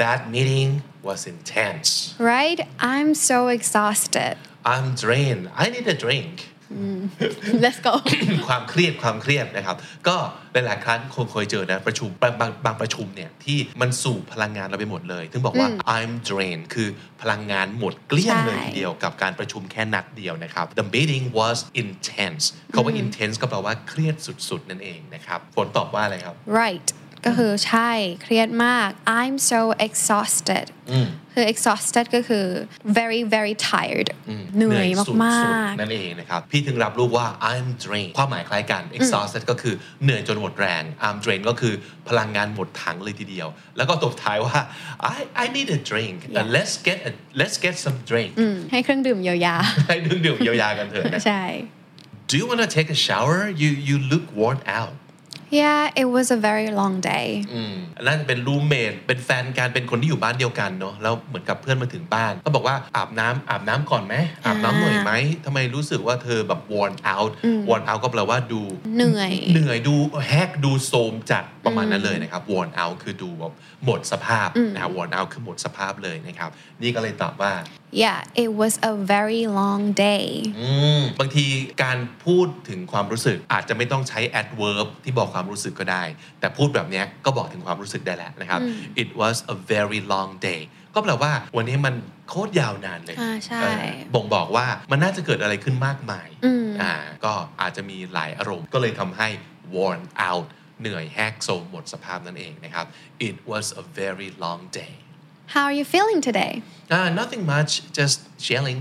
[SPEAKER 4] That meeting was intense
[SPEAKER 3] Right I'm so exhausted
[SPEAKER 4] I'm drained I need a drink
[SPEAKER 3] Let's go.
[SPEAKER 4] ความเครียดความเครียดนะครับ ก็หลาย ๆ ครั้งคงเคยเจอนะประชุมบางบางบางประชุมเนี่ยที่มันสูบพลังงานเราไปหมดเลยถึงบอกว่า I'm drained คือพลังงานหมดเกลี้ยงเลย
[SPEAKER 3] ใช่
[SPEAKER 4] ทีเดียวกับการประชุมแค่นัดเดียวนะครับ The meeting was intense เขาว่า intense ก็แปลว่าเครียดสุด ๆ นั่นเองนะครับฝนตอบว่าอะไรครับ
[SPEAKER 3] Right ก็คือใช่เครียดมาก I'm so exhausted คือ exhausted ก็คือ very very tired เหนื่อย
[SPEAKER 4] สุดๆ
[SPEAKER 3] มาก
[SPEAKER 4] นั่นเองนะครับ พี่ถึงรับรู้ว่า I'm drained ความหมายคล้ายกัน exhausted ก็คือเหนื่อยจนหมดแรง I'm drained ก็คือพลังงานหมดถังเลยทีเดียว แล้วก็ตบท้ายว่า I I need a drink and let's get a, let's get some drink
[SPEAKER 3] ๆอืมให้เครื่องดื่มเยียวยา
[SPEAKER 4] ให้ดื่มดื่มเยียวยากันเถอะนะ
[SPEAKER 3] ใช่
[SPEAKER 4] Do you want to take a shower you you look worn out
[SPEAKER 3] Yeah it was a very long day
[SPEAKER 4] อืมน่าจะเป็นรูเมทเป็นแฟนกันเป็นคนที่อยู่บ้านเดียวกันเนาะแล้วเหมือนกับเพื่อนมาถึงบ้าน ก็บอกว่าอาบน้ำอาบน้ำก่อนไหมอาบน้ำหน่อยไหมทำไมรู้สึกว่าเธอแบบ worn out worn out ก็แปลว่าดู
[SPEAKER 3] เหนื่อย
[SPEAKER 4] เหนื่อยดูแฮกดูโทรมจัดประมาณนั้นเลยนะครับ worn out คือดูแบบหมดสภาพนะครับ worn out คือหมดสภาพเลยนะครับ นี่ก็เลยตอบว่า
[SPEAKER 3] Yeah it was a very long day
[SPEAKER 4] อืมบางทีการพูดถึงความรู้สึกอาจจะไม่ต้องใช้ adverb ที่บอกความรู้สึกก็ได้ แต่พูดแบบเนี้ยก็บอกถึงความรู้สึกได้แล้วนะครับ it was a very long day ก็แปลว่าวันนี้มันโคตรยาวนานเลย
[SPEAKER 3] อ่าใช่
[SPEAKER 4] เออบ่งบอกว่ามันน่าจะเกิดอะไรขึ้นมากมาย
[SPEAKER 3] อืม
[SPEAKER 4] อ่าก็อาจจะมีหลายอารมณ์ก็เลยทำให้ worn out เหนื่อยแหกโซมหมดสภาพนั่นเองนะครับ it was a very long day
[SPEAKER 3] How are you feeling today
[SPEAKER 4] Ah, nothing much just chilling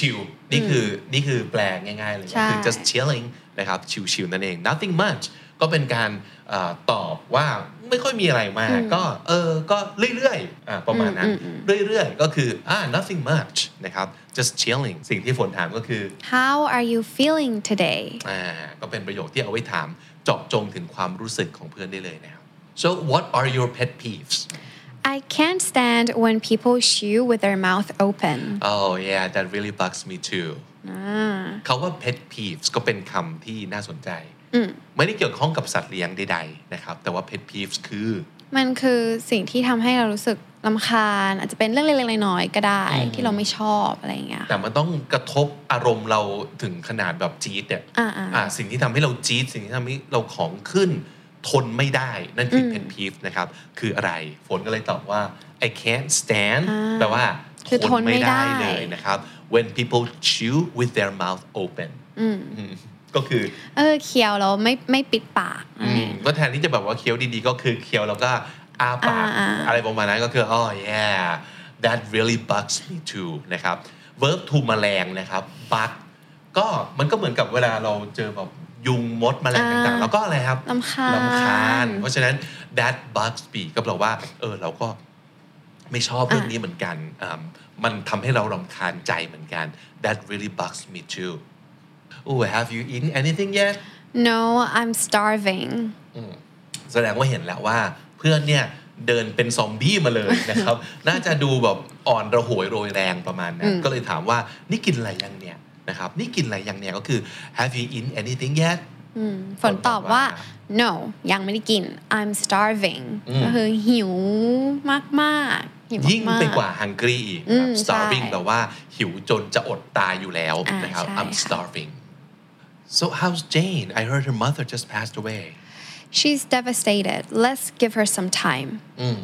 [SPEAKER 4] ชิวๆนี่คือนี่คือแปลง่ายๆเลย
[SPEAKER 3] ใช่
[SPEAKER 4] คือ just chilling นะครับชิวๆนั่นเอง nothing much ก็เป็นการเอ่อตอบว่าไม่ค่อยมีอะไรมากก็เออก็เรื่อยๆอ่าประมาณนั้น เรื่อยๆ ก็คืออ่า nothing much นะครับ just chilling สิ่งที่ฝนถามก็คือ
[SPEAKER 3] How are you feeling today
[SPEAKER 4] อ่าก็เป็นประโยคที่เอาไว้ถามเจาะจงถึงความรู้สึกของเพื่อนได้เลยนะครับ so what are your pet peeves
[SPEAKER 3] I can't stand when people chew with their mouth open
[SPEAKER 4] oh yeah that really bugs me too
[SPEAKER 3] อ่า
[SPEAKER 4] เขาว่า pet peeves ก็เป็นคำที่น่าสนใจ ไม่ได้เกี่ยวข้องกับสัตว์เลี้ยงใดๆนะครับ แต่ว่า pet peeves คือ
[SPEAKER 3] มันคือสิ่งที่ทำให้เรารู้สึกลำคาญ อาจจะเป็นเรื่องเล็กๆน้อยๆก็ได้ ที่เราไม่ชอบอะไรอย่างเงี้ย
[SPEAKER 4] แต่มันต้องกระทบอารมณ์เราถึงขนาดแบบจี๊ดเนี่ย
[SPEAKER 3] อ่าๆ
[SPEAKER 4] อ่าสิ่งที่ทำให้เราจี๊ด สิ่งที่ทำให้เราของขึ้น ทนไม่ได้ นั่นคืออ pet peeve นะครับ คืออะไร ฝนก็เลยตอบว่า I can't stand
[SPEAKER 3] อ่า
[SPEAKER 4] แปลว่า
[SPEAKER 3] คือทนไม่ได้
[SPEAKER 4] เลยนะครับ when people chew with their mouth open อืมก็คือ
[SPEAKER 3] เออเคี้ยวแล้วไม่ไม่ปิดปาก
[SPEAKER 4] ก็แทนที่จะแบบว่าเคี้ยวดีๆ ก็คือเคี้ยวแล้วก็อ้าปาก
[SPEAKER 3] อ่าๆ
[SPEAKER 4] อะไรประมาณนั้นก็คืออ๋อ yeah that really bugs me too นะครับ verb to แมลงนะครับ bug ก็มันก็เหมือนกับเวลาเราเจอแบบยุงมดแมลงต่างๆ แล้วก็อะไรครับ
[SPEAKER 3] ลำคาญ
[SPEAKER 4] ลำคาญ เพราะฉะนั้น that bugs me ก็แปลว่าเออเราก็ ไม่ชอบเรื่องนี้เหมือนกันอ่ะมันทำให้เรารำคาญใจเหมือนกัน that really bugs me too oh have you eaten anything yet
[SPEAKER 3] No I'm starving
[SPEAKER 4] แสดงว่าเห็นแล้วว่าเพื่อนเนี่ยเดินเป็นซอมบี้มาเลย นะครับ น่าจะดูแบบอ่อนระหวยโรยแรงประมาณนั้น ก็เลยถามว่านี่กินอะไรยังเนี่ยนะครับ นี่กินอะไรยังเนี่ยก็คือ have you eaten anything yet
[SPEAKER 3] อืมฝนตอบว่า no ยังไม่ได้กิน I'm starving
[SPEAKER 4] อืม
[SPEAKER 3] ก็คือหิวมากๆหิวมากๆ
[SPEAKER 4] ยิ่งไปกว่า hungry อีกนะครับ
[SPEAKER 3] อืม
[SPEAKER 4] starving
[SPEAKER 3] ใช่
[SPEAKER 4] แปลว่าหิวจนจะอดตายอยู่แล้ว
[SPEAKER 3] อ่า
[SPEAKER 4] นะครับ
[SPEAKER 3] ใช่
[SPEAKER 4] I'm
[SPEAKER 3] ค่ะ
[SPEAKER 4] starving so how's Jane I heard her mother just passed away
[SPEAKER 3] She's devastated Let's give her some time
[SPEAKER 4] อืม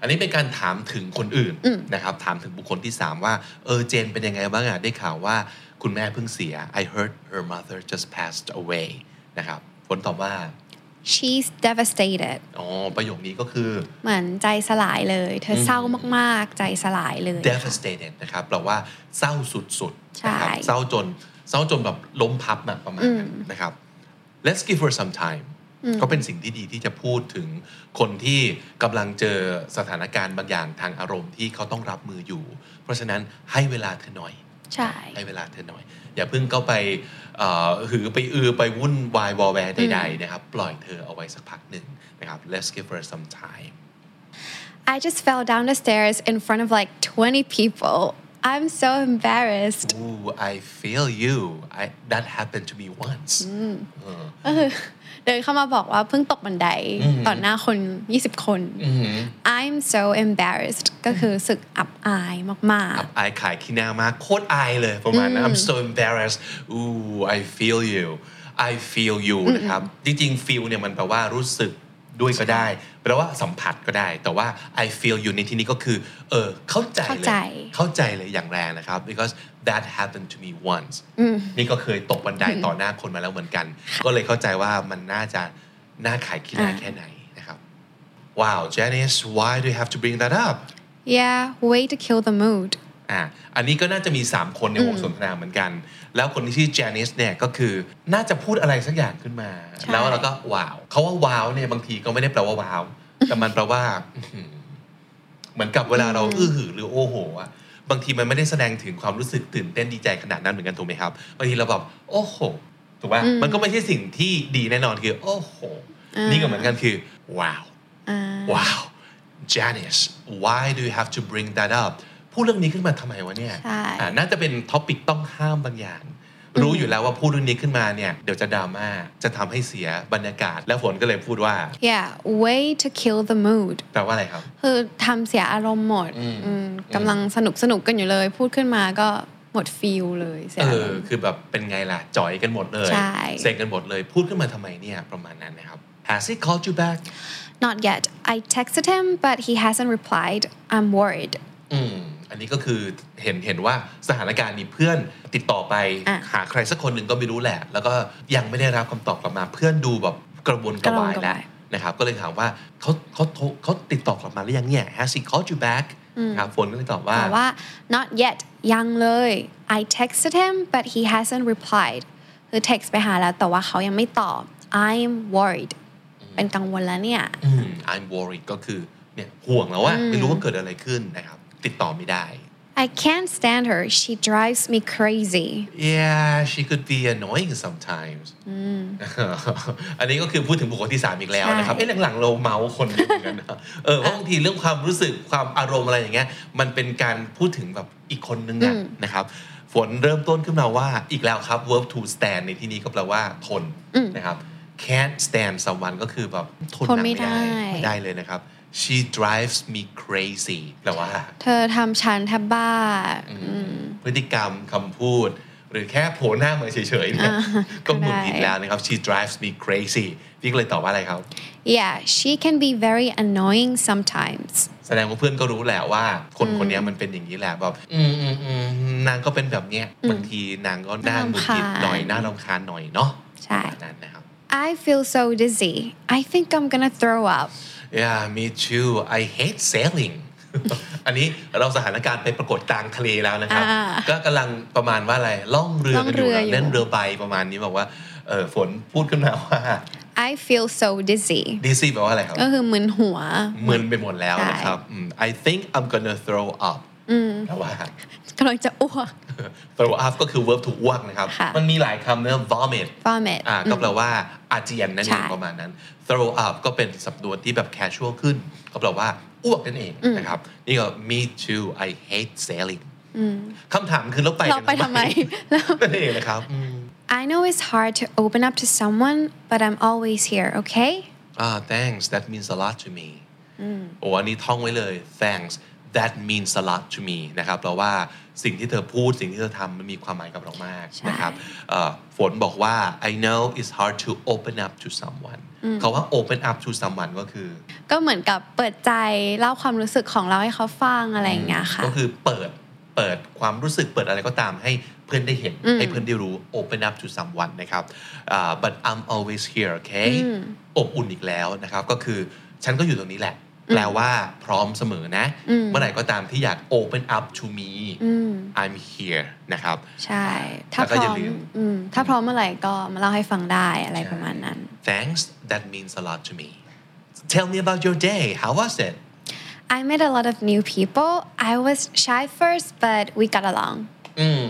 [SPEAKER 4] อันนี้เป็นการถามถึงคนอื่นนะครับถามถึงบุคคลที่ 3 ว่าเออเจนเป็นยังไงบ้างอะได้ข่าวว่าคุณแม่เพิ่งเสีย I heard her mother just passed away นะครับผลตอบว่า
[SPEAKER 3] She's devastated
[SPEAKER 4] อ๋อ ประโยคนี้ก็คือ
[SPEAKER 3] เหมือนใจสลายเลย เธอเศร้ามากๆ ใจสลายเลย
[SPEAKER 4] devastated นะครับแปลว่าเศร้าสุดๆนะครับ
[SPEAKER 3] ใช่
[SPEAKER 4] เศร้าจนเศร้าจนแบบล้มพับนะประมาณนั้นนะครับ let's give her some time ก็เป็นสิ่งที่ดีที่จะพูดถึงคนที่กำลังเจอสถานการณ์บางอย่างทางอารมณ์ที่เขาต้องรับมืออยู่ เพราะฉะนั้นให้เวลาเธอหน่อย
[SPEAKER 3] ใช่
[SPEAKER 4] ให้เวลาเธอหน่อย อย่าเพิ่งเข้าไปเอ่อหือไปอือไปวุ่นวายวอแวร์ใดๆนะครับ ปล่อยเธอเอาไว้สักพักหนึ่งนะครับ let's give her some time
[SPEAKER 3] I just fell down the stairs in front of like 20 people. I'm so embarrassed.
[SPEAKER 4] Ooh, I feel you. I that happened to me once.
[SPEAKER 3] ก็คือเดินเข้ามาบอกว่าเพิ่งตกบันไดต่อหน้าคน 20 คน I'm so embarrassed ก็คือรู้สึกอับอายมาก
[SPEAKER 4] อับอายขายขี้หน้ามากโคตรอายเลยประมาณนั้น I'm so embarrassed Ooh I feel you I feel you นะครับ จริงๆ feel เนี่ยมันแปลว่ารู้สึกด้วยก็ได้แปลว่าสัมผัสก็ได้ แต่ว่า I feel you ในที่นี้ก็คือ เออเข้าใจ
[SPEAKER 3] เข้า
[SPEAKER 4] เล
[SPEAKER 3] ใจ
[SPEAKER 4] ย เข้าใจเลยอย่างแรงนะครับ because that happened to me once นี่ก็เคยตกบันไดต่อหน้าคนมาแล้วเหมือนกัน ก็เลยเข้าใจว่ามันน่าจะน่าขายขี้หน้าแค่ไหนนะครับ Wow Janice why do you have to bring that up
[SPEAKER 3] ๆ Yeah way to kill the mood
[SPEAKER 4] อ่ะอันนี้ก็น่าจะมี 3 คนในวงสนทนาเหมือนกัน แล้วคนที่ชื่อเจนิสเนี่ยก็คือน่าจะพูดอะไรสักอย่างขึ้นมา
[SPEAKER 3] ใช่
[SPEAKER 4] แล้วเราก็ว้าวเขาว่าว้าวเนี่ยบางทีก็ไม่ได้แปลว่าว้าว แต่มันแปลว่าอื้อหือเหมือนกับเวลาเราอื้อหือหรือโอ้โหอะบางทีมันไม่ได้แสดงถึงความรู้สึกตื่นเต้นดีใจขนาดนั้นเหมือนกันถูกไหมครับบางทีเราแบบโอ้โหถูกป่ะมันก็ไม่ใช่สิ่งที่ดีแน่นอนคือโอ้โหนี่ก็เหมือนกันคือว้าว
[SPEAKER 3] อ่า
[SPEAKER 4] ว้าว Janice why do you have to bring that up พูดเรื่องนี้ขึ้นมาทำไมวะเนี่ย
[SPEAKER 3] ใช่
[SPEAKER 4] อ่าน่าจะเป็นท็อปิกต้องห้ามบางอย่าง รู้อยู่แล้วว่าพูดเรื่องนี้ขึ้นมาเนี่ย เดี๋ยวจะดราม่า จะทำให้เสียบรรยากาศ แล้วฝนก็เลยพูดว่า
[SPEAKER 3] Yeah way to kill the mood
[SPEAKER 4] แปลว่าอะไรครับ
[SPEAKER 3] คือทำเสียอารมณ์หมด
[SPEAKER 4] อืม
[SPEAKER 3] อืมกำลังสนุกสนุกกันอยู่เลย พูดขึ้นมาก็หมดฟิลเลยเสีย
[SPEAKER 4] เอ
[SPEAKER 3] อาร
[SPEAKER 4] อ
[SPEAKER 3] มณ์
[SPEAKER 4] คือแบบเป็นไงล่ะจ่อยกันหมดเลย
[SPEAKER 3] ใช่
[SPEAKER 4] เซ็งกันหมดเลย พูดขึ้นมาทำไมเนี่ย ประมาณนั้นนะครับ Has he called you back
[SPEAKER 3] Not yet I texted him but he hasn't replied I'm worried
[SPEAKER 4] อืมอันนี้ก็คือเห็นเห็นว่าสถานการณ์มีเพื่อนติดต่อไป
[SPEAKER 3] อ่ะ
[SPEAKER 4] หาใครสักคนหนึ่งก็ไม่รู้แหละ แล้วก็ยังไม่ได้รับคำตอบกลับมา เพื่อนดูแบบกระวนกระวาย
[SPEAKER 3] กระวนกระ
[SPEAKER 4] แล้ว
[SPEAKER 3] วาย
[SPEAKER 4] นะครับก็เลยถามว่าเขาเขาโทรเขาติดต่อกลับมาหรือยังเนี่ย has he called you back ครับฝนก็เลยตอบว่า
[SPEAKER 3] แต่ว่า not yet ยังเลย I texted him but he hasn't replied คือ text ไปหาแล้วแต่ว่าเขายังไม่ตอบ I'm worried เป็นกังวลแล้วเนี่ย
[SPEAKER 4] อืม I'm worried ก็คือเนี่ยห่วงแล้วว่าไม่รู้ว่าเกิดอะไรขึ้นนะครับ ติดต่อไม่ได้
[SPEAKER 3] I can't stand her she drives me crazy
[SPEAKER 4] Yeah she could be annoying sometimes อันนี้ก็คือพูดถึงบุคคลที่ 3 อีกแล้วนะครับ
[SPEAKER 3] ใช่
[SPEAKER 4] เอ้หลังๆเราเมาส์คนเดียวกัน นะเออเพราะบางทีเรื่องความรู้สึกความอารมณ์อะไรอย่างเงี้ย มันเป็นการพูดถึงแบบอีกคนนึงอะนะครับ ฝนเริ่มต้นขึ้นมาว่าอีกแล้วครับ verb to stand ในที่นี้ก็แปลว่าทนนะครับ can't stand someone ก็คือแบบทน
[SPEAKER 3] ทน
[SPEAKER 4] นั่ง
[SPEAKER 3] ไม่
[SPEAKER 4] ไม่ได้
[SPEAKER 3] ได้
[SPEAKER 4] ไม่ได้เลยนะครับ she drives me crazy แปลว่า
[SPEAKER 3] เธอทำฉันแทบบ้า
[SPEAKER 4] พฤติกรรมคำพูด หรือแค่โผล่หน้ามาเฉยๆเนี่ยก็หงุดหงิดแล้วนะครับ she drives me crazy พี่ก็เลยตอบว่าอะไรครับ
[SPEAKER 3] Yeah she can be very annoying sometimes
[SPEAKER 4] แสดงว่าเพื่อนก็รู้แหละว่า คนคนเนี้ยมันเป็นอย่างนี้แหละแบบอืมอืมอืมนางก็เป็นแบบเนี้ยบางทีนางก็หน้าหงุดหงิดหน่อยหน้ารำคาญหน่อยเนาะ
[SPEAKER 3] ใช่
[SPEAKER 4] ประมาณนั้นนะครับ
[SPEAKER 3] I feel so dizzy I think I'm gonna throw up
[SPEAKER 4] yeah me too I hate sailing อันนี้เราสถานการณ์ไปปรากฏกลางทะเลแล้วนะครับ
[SPEAKER 3] อ่า
[SPEAKER 4] ก็กำลังประมาณว่าอะไรล่องเรือกันอยู่
[SPEAKER 3] ล่องเรืออยู่
[SPEAKER 4] เล่นเรือใบประมาณนี้บอกว่าเออฝนพูดขึ้นมาว่า
[SPEAKER 3] I feel so dizzy Uh-huh,
[SPEAKER 4] ดีซี่แปลว่าอะไรครับ
[SPEAKER 3] ก็คือมึนหัว
[SPEAKER 4] มึนไปหมดแล้ว
[SPEAKER 3] ใช่
[SPEAKER 4] นะครับอืม I think I'm gonna throw up แปลว่า
[SPEAKER 3] กำลังจะอ้วก
[SPEAKER 4] throw up ก็คือ verb ถูกว่างนะครับ
[SPEAKER 3] ค่ะ
[SPEAKER 4] มันมีหลายคำนะ vomit
[SPEAKER 3] vomit
[SPEAKER 4] อ่าก็แปลว่าอาเจียนนั่นเอง
[SPEAKER 3] ใช่
[SPEAKER 4] ประมาณนั้น throw up ก็เป็นสำนวนที่แบบ casual ขึ้น ก็แปลว่าอ้วกนั่นเองนะครับ นี่ก็ me too I hate sailing คำถามคือแล้วไป
[SPEAKER 3] เรา
[SPEAKER 4] กัน
[SPEAKER 3] ไปทำไมแล้ว
[SPEAKER 4] นั่นเองนะครับอืม
[SPEAKER 3] I know it's hard to open up to someone, but I'm always here, okay?
[SPEAKER 4] Ah, thanks. That means a lot to me. โอ้อันนี้ท่องไว้เลย thanks that means a lot to me นะครับแปลว่าสิ่งที่เธอพูดสิ่งที่เธอทำมันมีความหมายกับเรามาก
[SPEAKER 3] ใช่
[SPEAKER 4] นะครับเอ่อฝนบอกว่า I know it's hard to open up to someone คาว่า open up to someone ก็คือ
[SPEAKER 3] ก็เหมือนกับเปิดใจเล่าความรู้สึกของเราให้เขาฟังอะไรอย่างเงี้ยค่ะ
[SPEAKER 4] ก็คือเปิดเปิดความรู้สึกเปิดอะไรก็ตามให้เพื่อนได้เห็น ให้เพื่อนได้รู้ open up to someone นะครับอ่า but I'm always here okay อบอุ่นอีกแล้วนะครับ ก็คือฉันก็อยู่ตรงนี้แหละ แปลว่าพร้อมเสมอนะ เมื่อไหร่ก็ตามที่อยาก open up to me I'm here นะครับ
[SPEAKER 3] ใช่ ถ้า
[SPEAKER 4] แล้ว
[SPEAKER 3] พ
[SPEAKER 4] ก็
[SPEAKER 3] ร้อย่
[SPEAKER 4] อาม ลืม
[SPEAKER 3] อืมถ้าพร้อมเมื่อไหร่ก็มาเล่าให้ฟังได้อะไรประมาณนั้น
[SPEAKER 4] thanks that means a lot to me tell me about your day how was it
[SPEAKER 3] I met a lot of new people I was shy first but we got along
[SPEAKER 4] อืม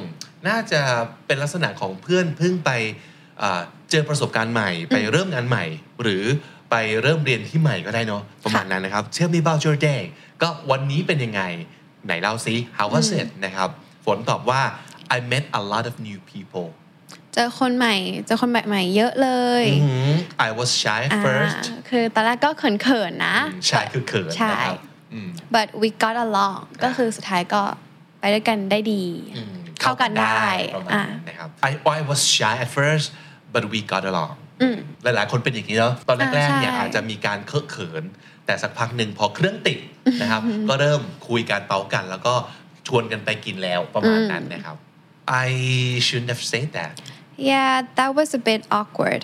[SPEAKER 4] น่าจะเป็นลักษณะของเพื่อนเพิ่งไปอ่าเจอประสบการณ์ใหม่ ไปเริ่มงานใหม่ หรือไปเริ่มเรียนที่ใหม่ก็ได้เนาะประมาณนั้นนะครับ Tell me about your day ก็วันนี้เป็นยังไง ไหนเล่าซิ how was it นะครับ ฝนตอบว่า I met a lot of new people
[SPEAKER 3] เจอคนใหม่ เจอคนใหม่ๆเยอะเลย
[SPEAKER 4] อืม I was shy
[SPEAKER 3] อ่า
[SPEAKER 4] first
[SPEAKER 3] คือตอนแรกก็เขินๆนะ
[SPEAKER 4] อืม shy คือเขิน
[SPEAKER 3] ใช่
[SPEAKER 4] นะครับอืม
[SPEAKER 3] but we got along ก็คือสุดท้ายก็ไปด้วยกันได้ดี
[SPEAKER 4] อืม
[SPEAKER 3] เข้ากันได้
[SPEAKER 4] ประมาณ
[SPEAKER 3] อ่า
[SPEAKER 4] นั้นนะครับ I I was shy at first but we got along
[SPEAKER 3] อืม
[SPEAKER 4] หลาย ๆ คนเป็นอย่างนี้เนาะตอนแรก ๆ
[SPEAKER 3] อ่าใช่
[SPEAKER 4] เนี่ยอาจจะมีการเคอะเขิน แต่สักพักหนึ่งพอเครื่องติดนะครับ ก็เริ่มคุยการเป้ากัน แล้วก็ชวนกันไปกินแล้วประมาณ
[SPEAKER 3] อืม
[SPEAKER 4] นั้นนะครับ I shouldn't have said that
[SPEAKER 3] yeah that was a bit awkward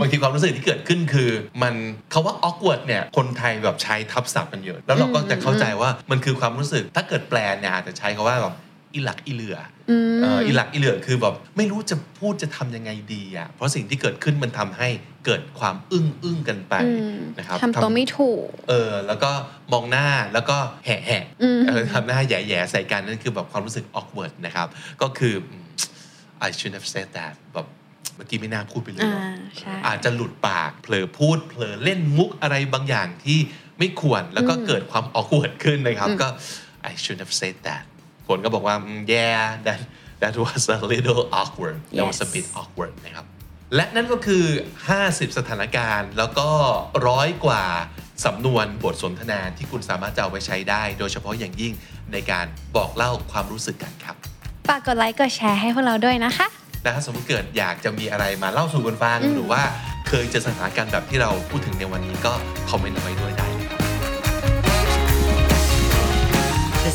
[SPEAKER 4] บางทีความรู้สึกที่เกิดขึ้นคือ มันคาว่า awkward เนี่ยคนไทยแบบใช้ทับศัพท์กันเยอะ แล้วเราก็จะเข้าใจว่ามันคือความรู้สึกถ้าเกิดแปลเนี่ยอาจจะใช้คาว่าแบบอีหลักอีเหลืออเอ่ออีหลักอีเหลือคือแบบไม่รู้จะพูดจะทำยังไงดีอ่ะเพราะสิ่งที่เกิดขึ้นมันทำให้เกิดความอึ้งอึ้งๆกันไป
[SPEAKER 3] อืม
[SPEAKER 4] นะครับ
[SPEAKER 3] ทำตัวไม่ถูก
[SPEAKER 4] เออแล้วก็มองหน้าแล้วก็แห่แห่
[SPEAKER 3] อืม
[SPEAKER 4] ทำหน้าแย่แย่ๆใส่กันนั่นคือแบบความรู้สึก awkward นะครับก็คือ I should have said that แบบเมื่อกี้ไม่น่าพูดไปเลย
[SPEAKER 3] อ่า
[SPEAKER 4] เนอะ
[SPEAKER 3] ใช่
[SPEAKER 4] อาจจะหลุดปากเผลอพูดเผลอเล่นมุกอะไรบางอย่างที่ไม่ควรแล้วก็เกิดความออกวดขึ้นนะครับ ก็ I should have said that ผลก็บอกว่าอืม yeah that that was a little awkward that was a
[SPEAKER 3] Yes.
[SPEAKER 4] bit awkward นะครับ และนั่นก็คือ 50 สถานการณ์แล้วก็ร้อยกว่าสำนวนบทสนทนาที่คุณสามารถจะเอาไปใช้ได้ โดยเฉพาะอย่างยิ่งในการบอกเล่าความรู้สึกกันครับ
[SPEAKER 3] ฝากกดไลค์กดแชร์ให้พวกเราด้วยนะคะ
[SPEAKER 4] แต่ถ้าสมมติเกิดอยากจะมีอะไรมาเล่าสู่กันฟัง หรือว่าเคยเจอสถานการณ์แบบที่เราพูดถึงในวันนี้ก็คอมเมนต์เอาไว้ด้วยได้นะครับ
[SPEAKER 1] The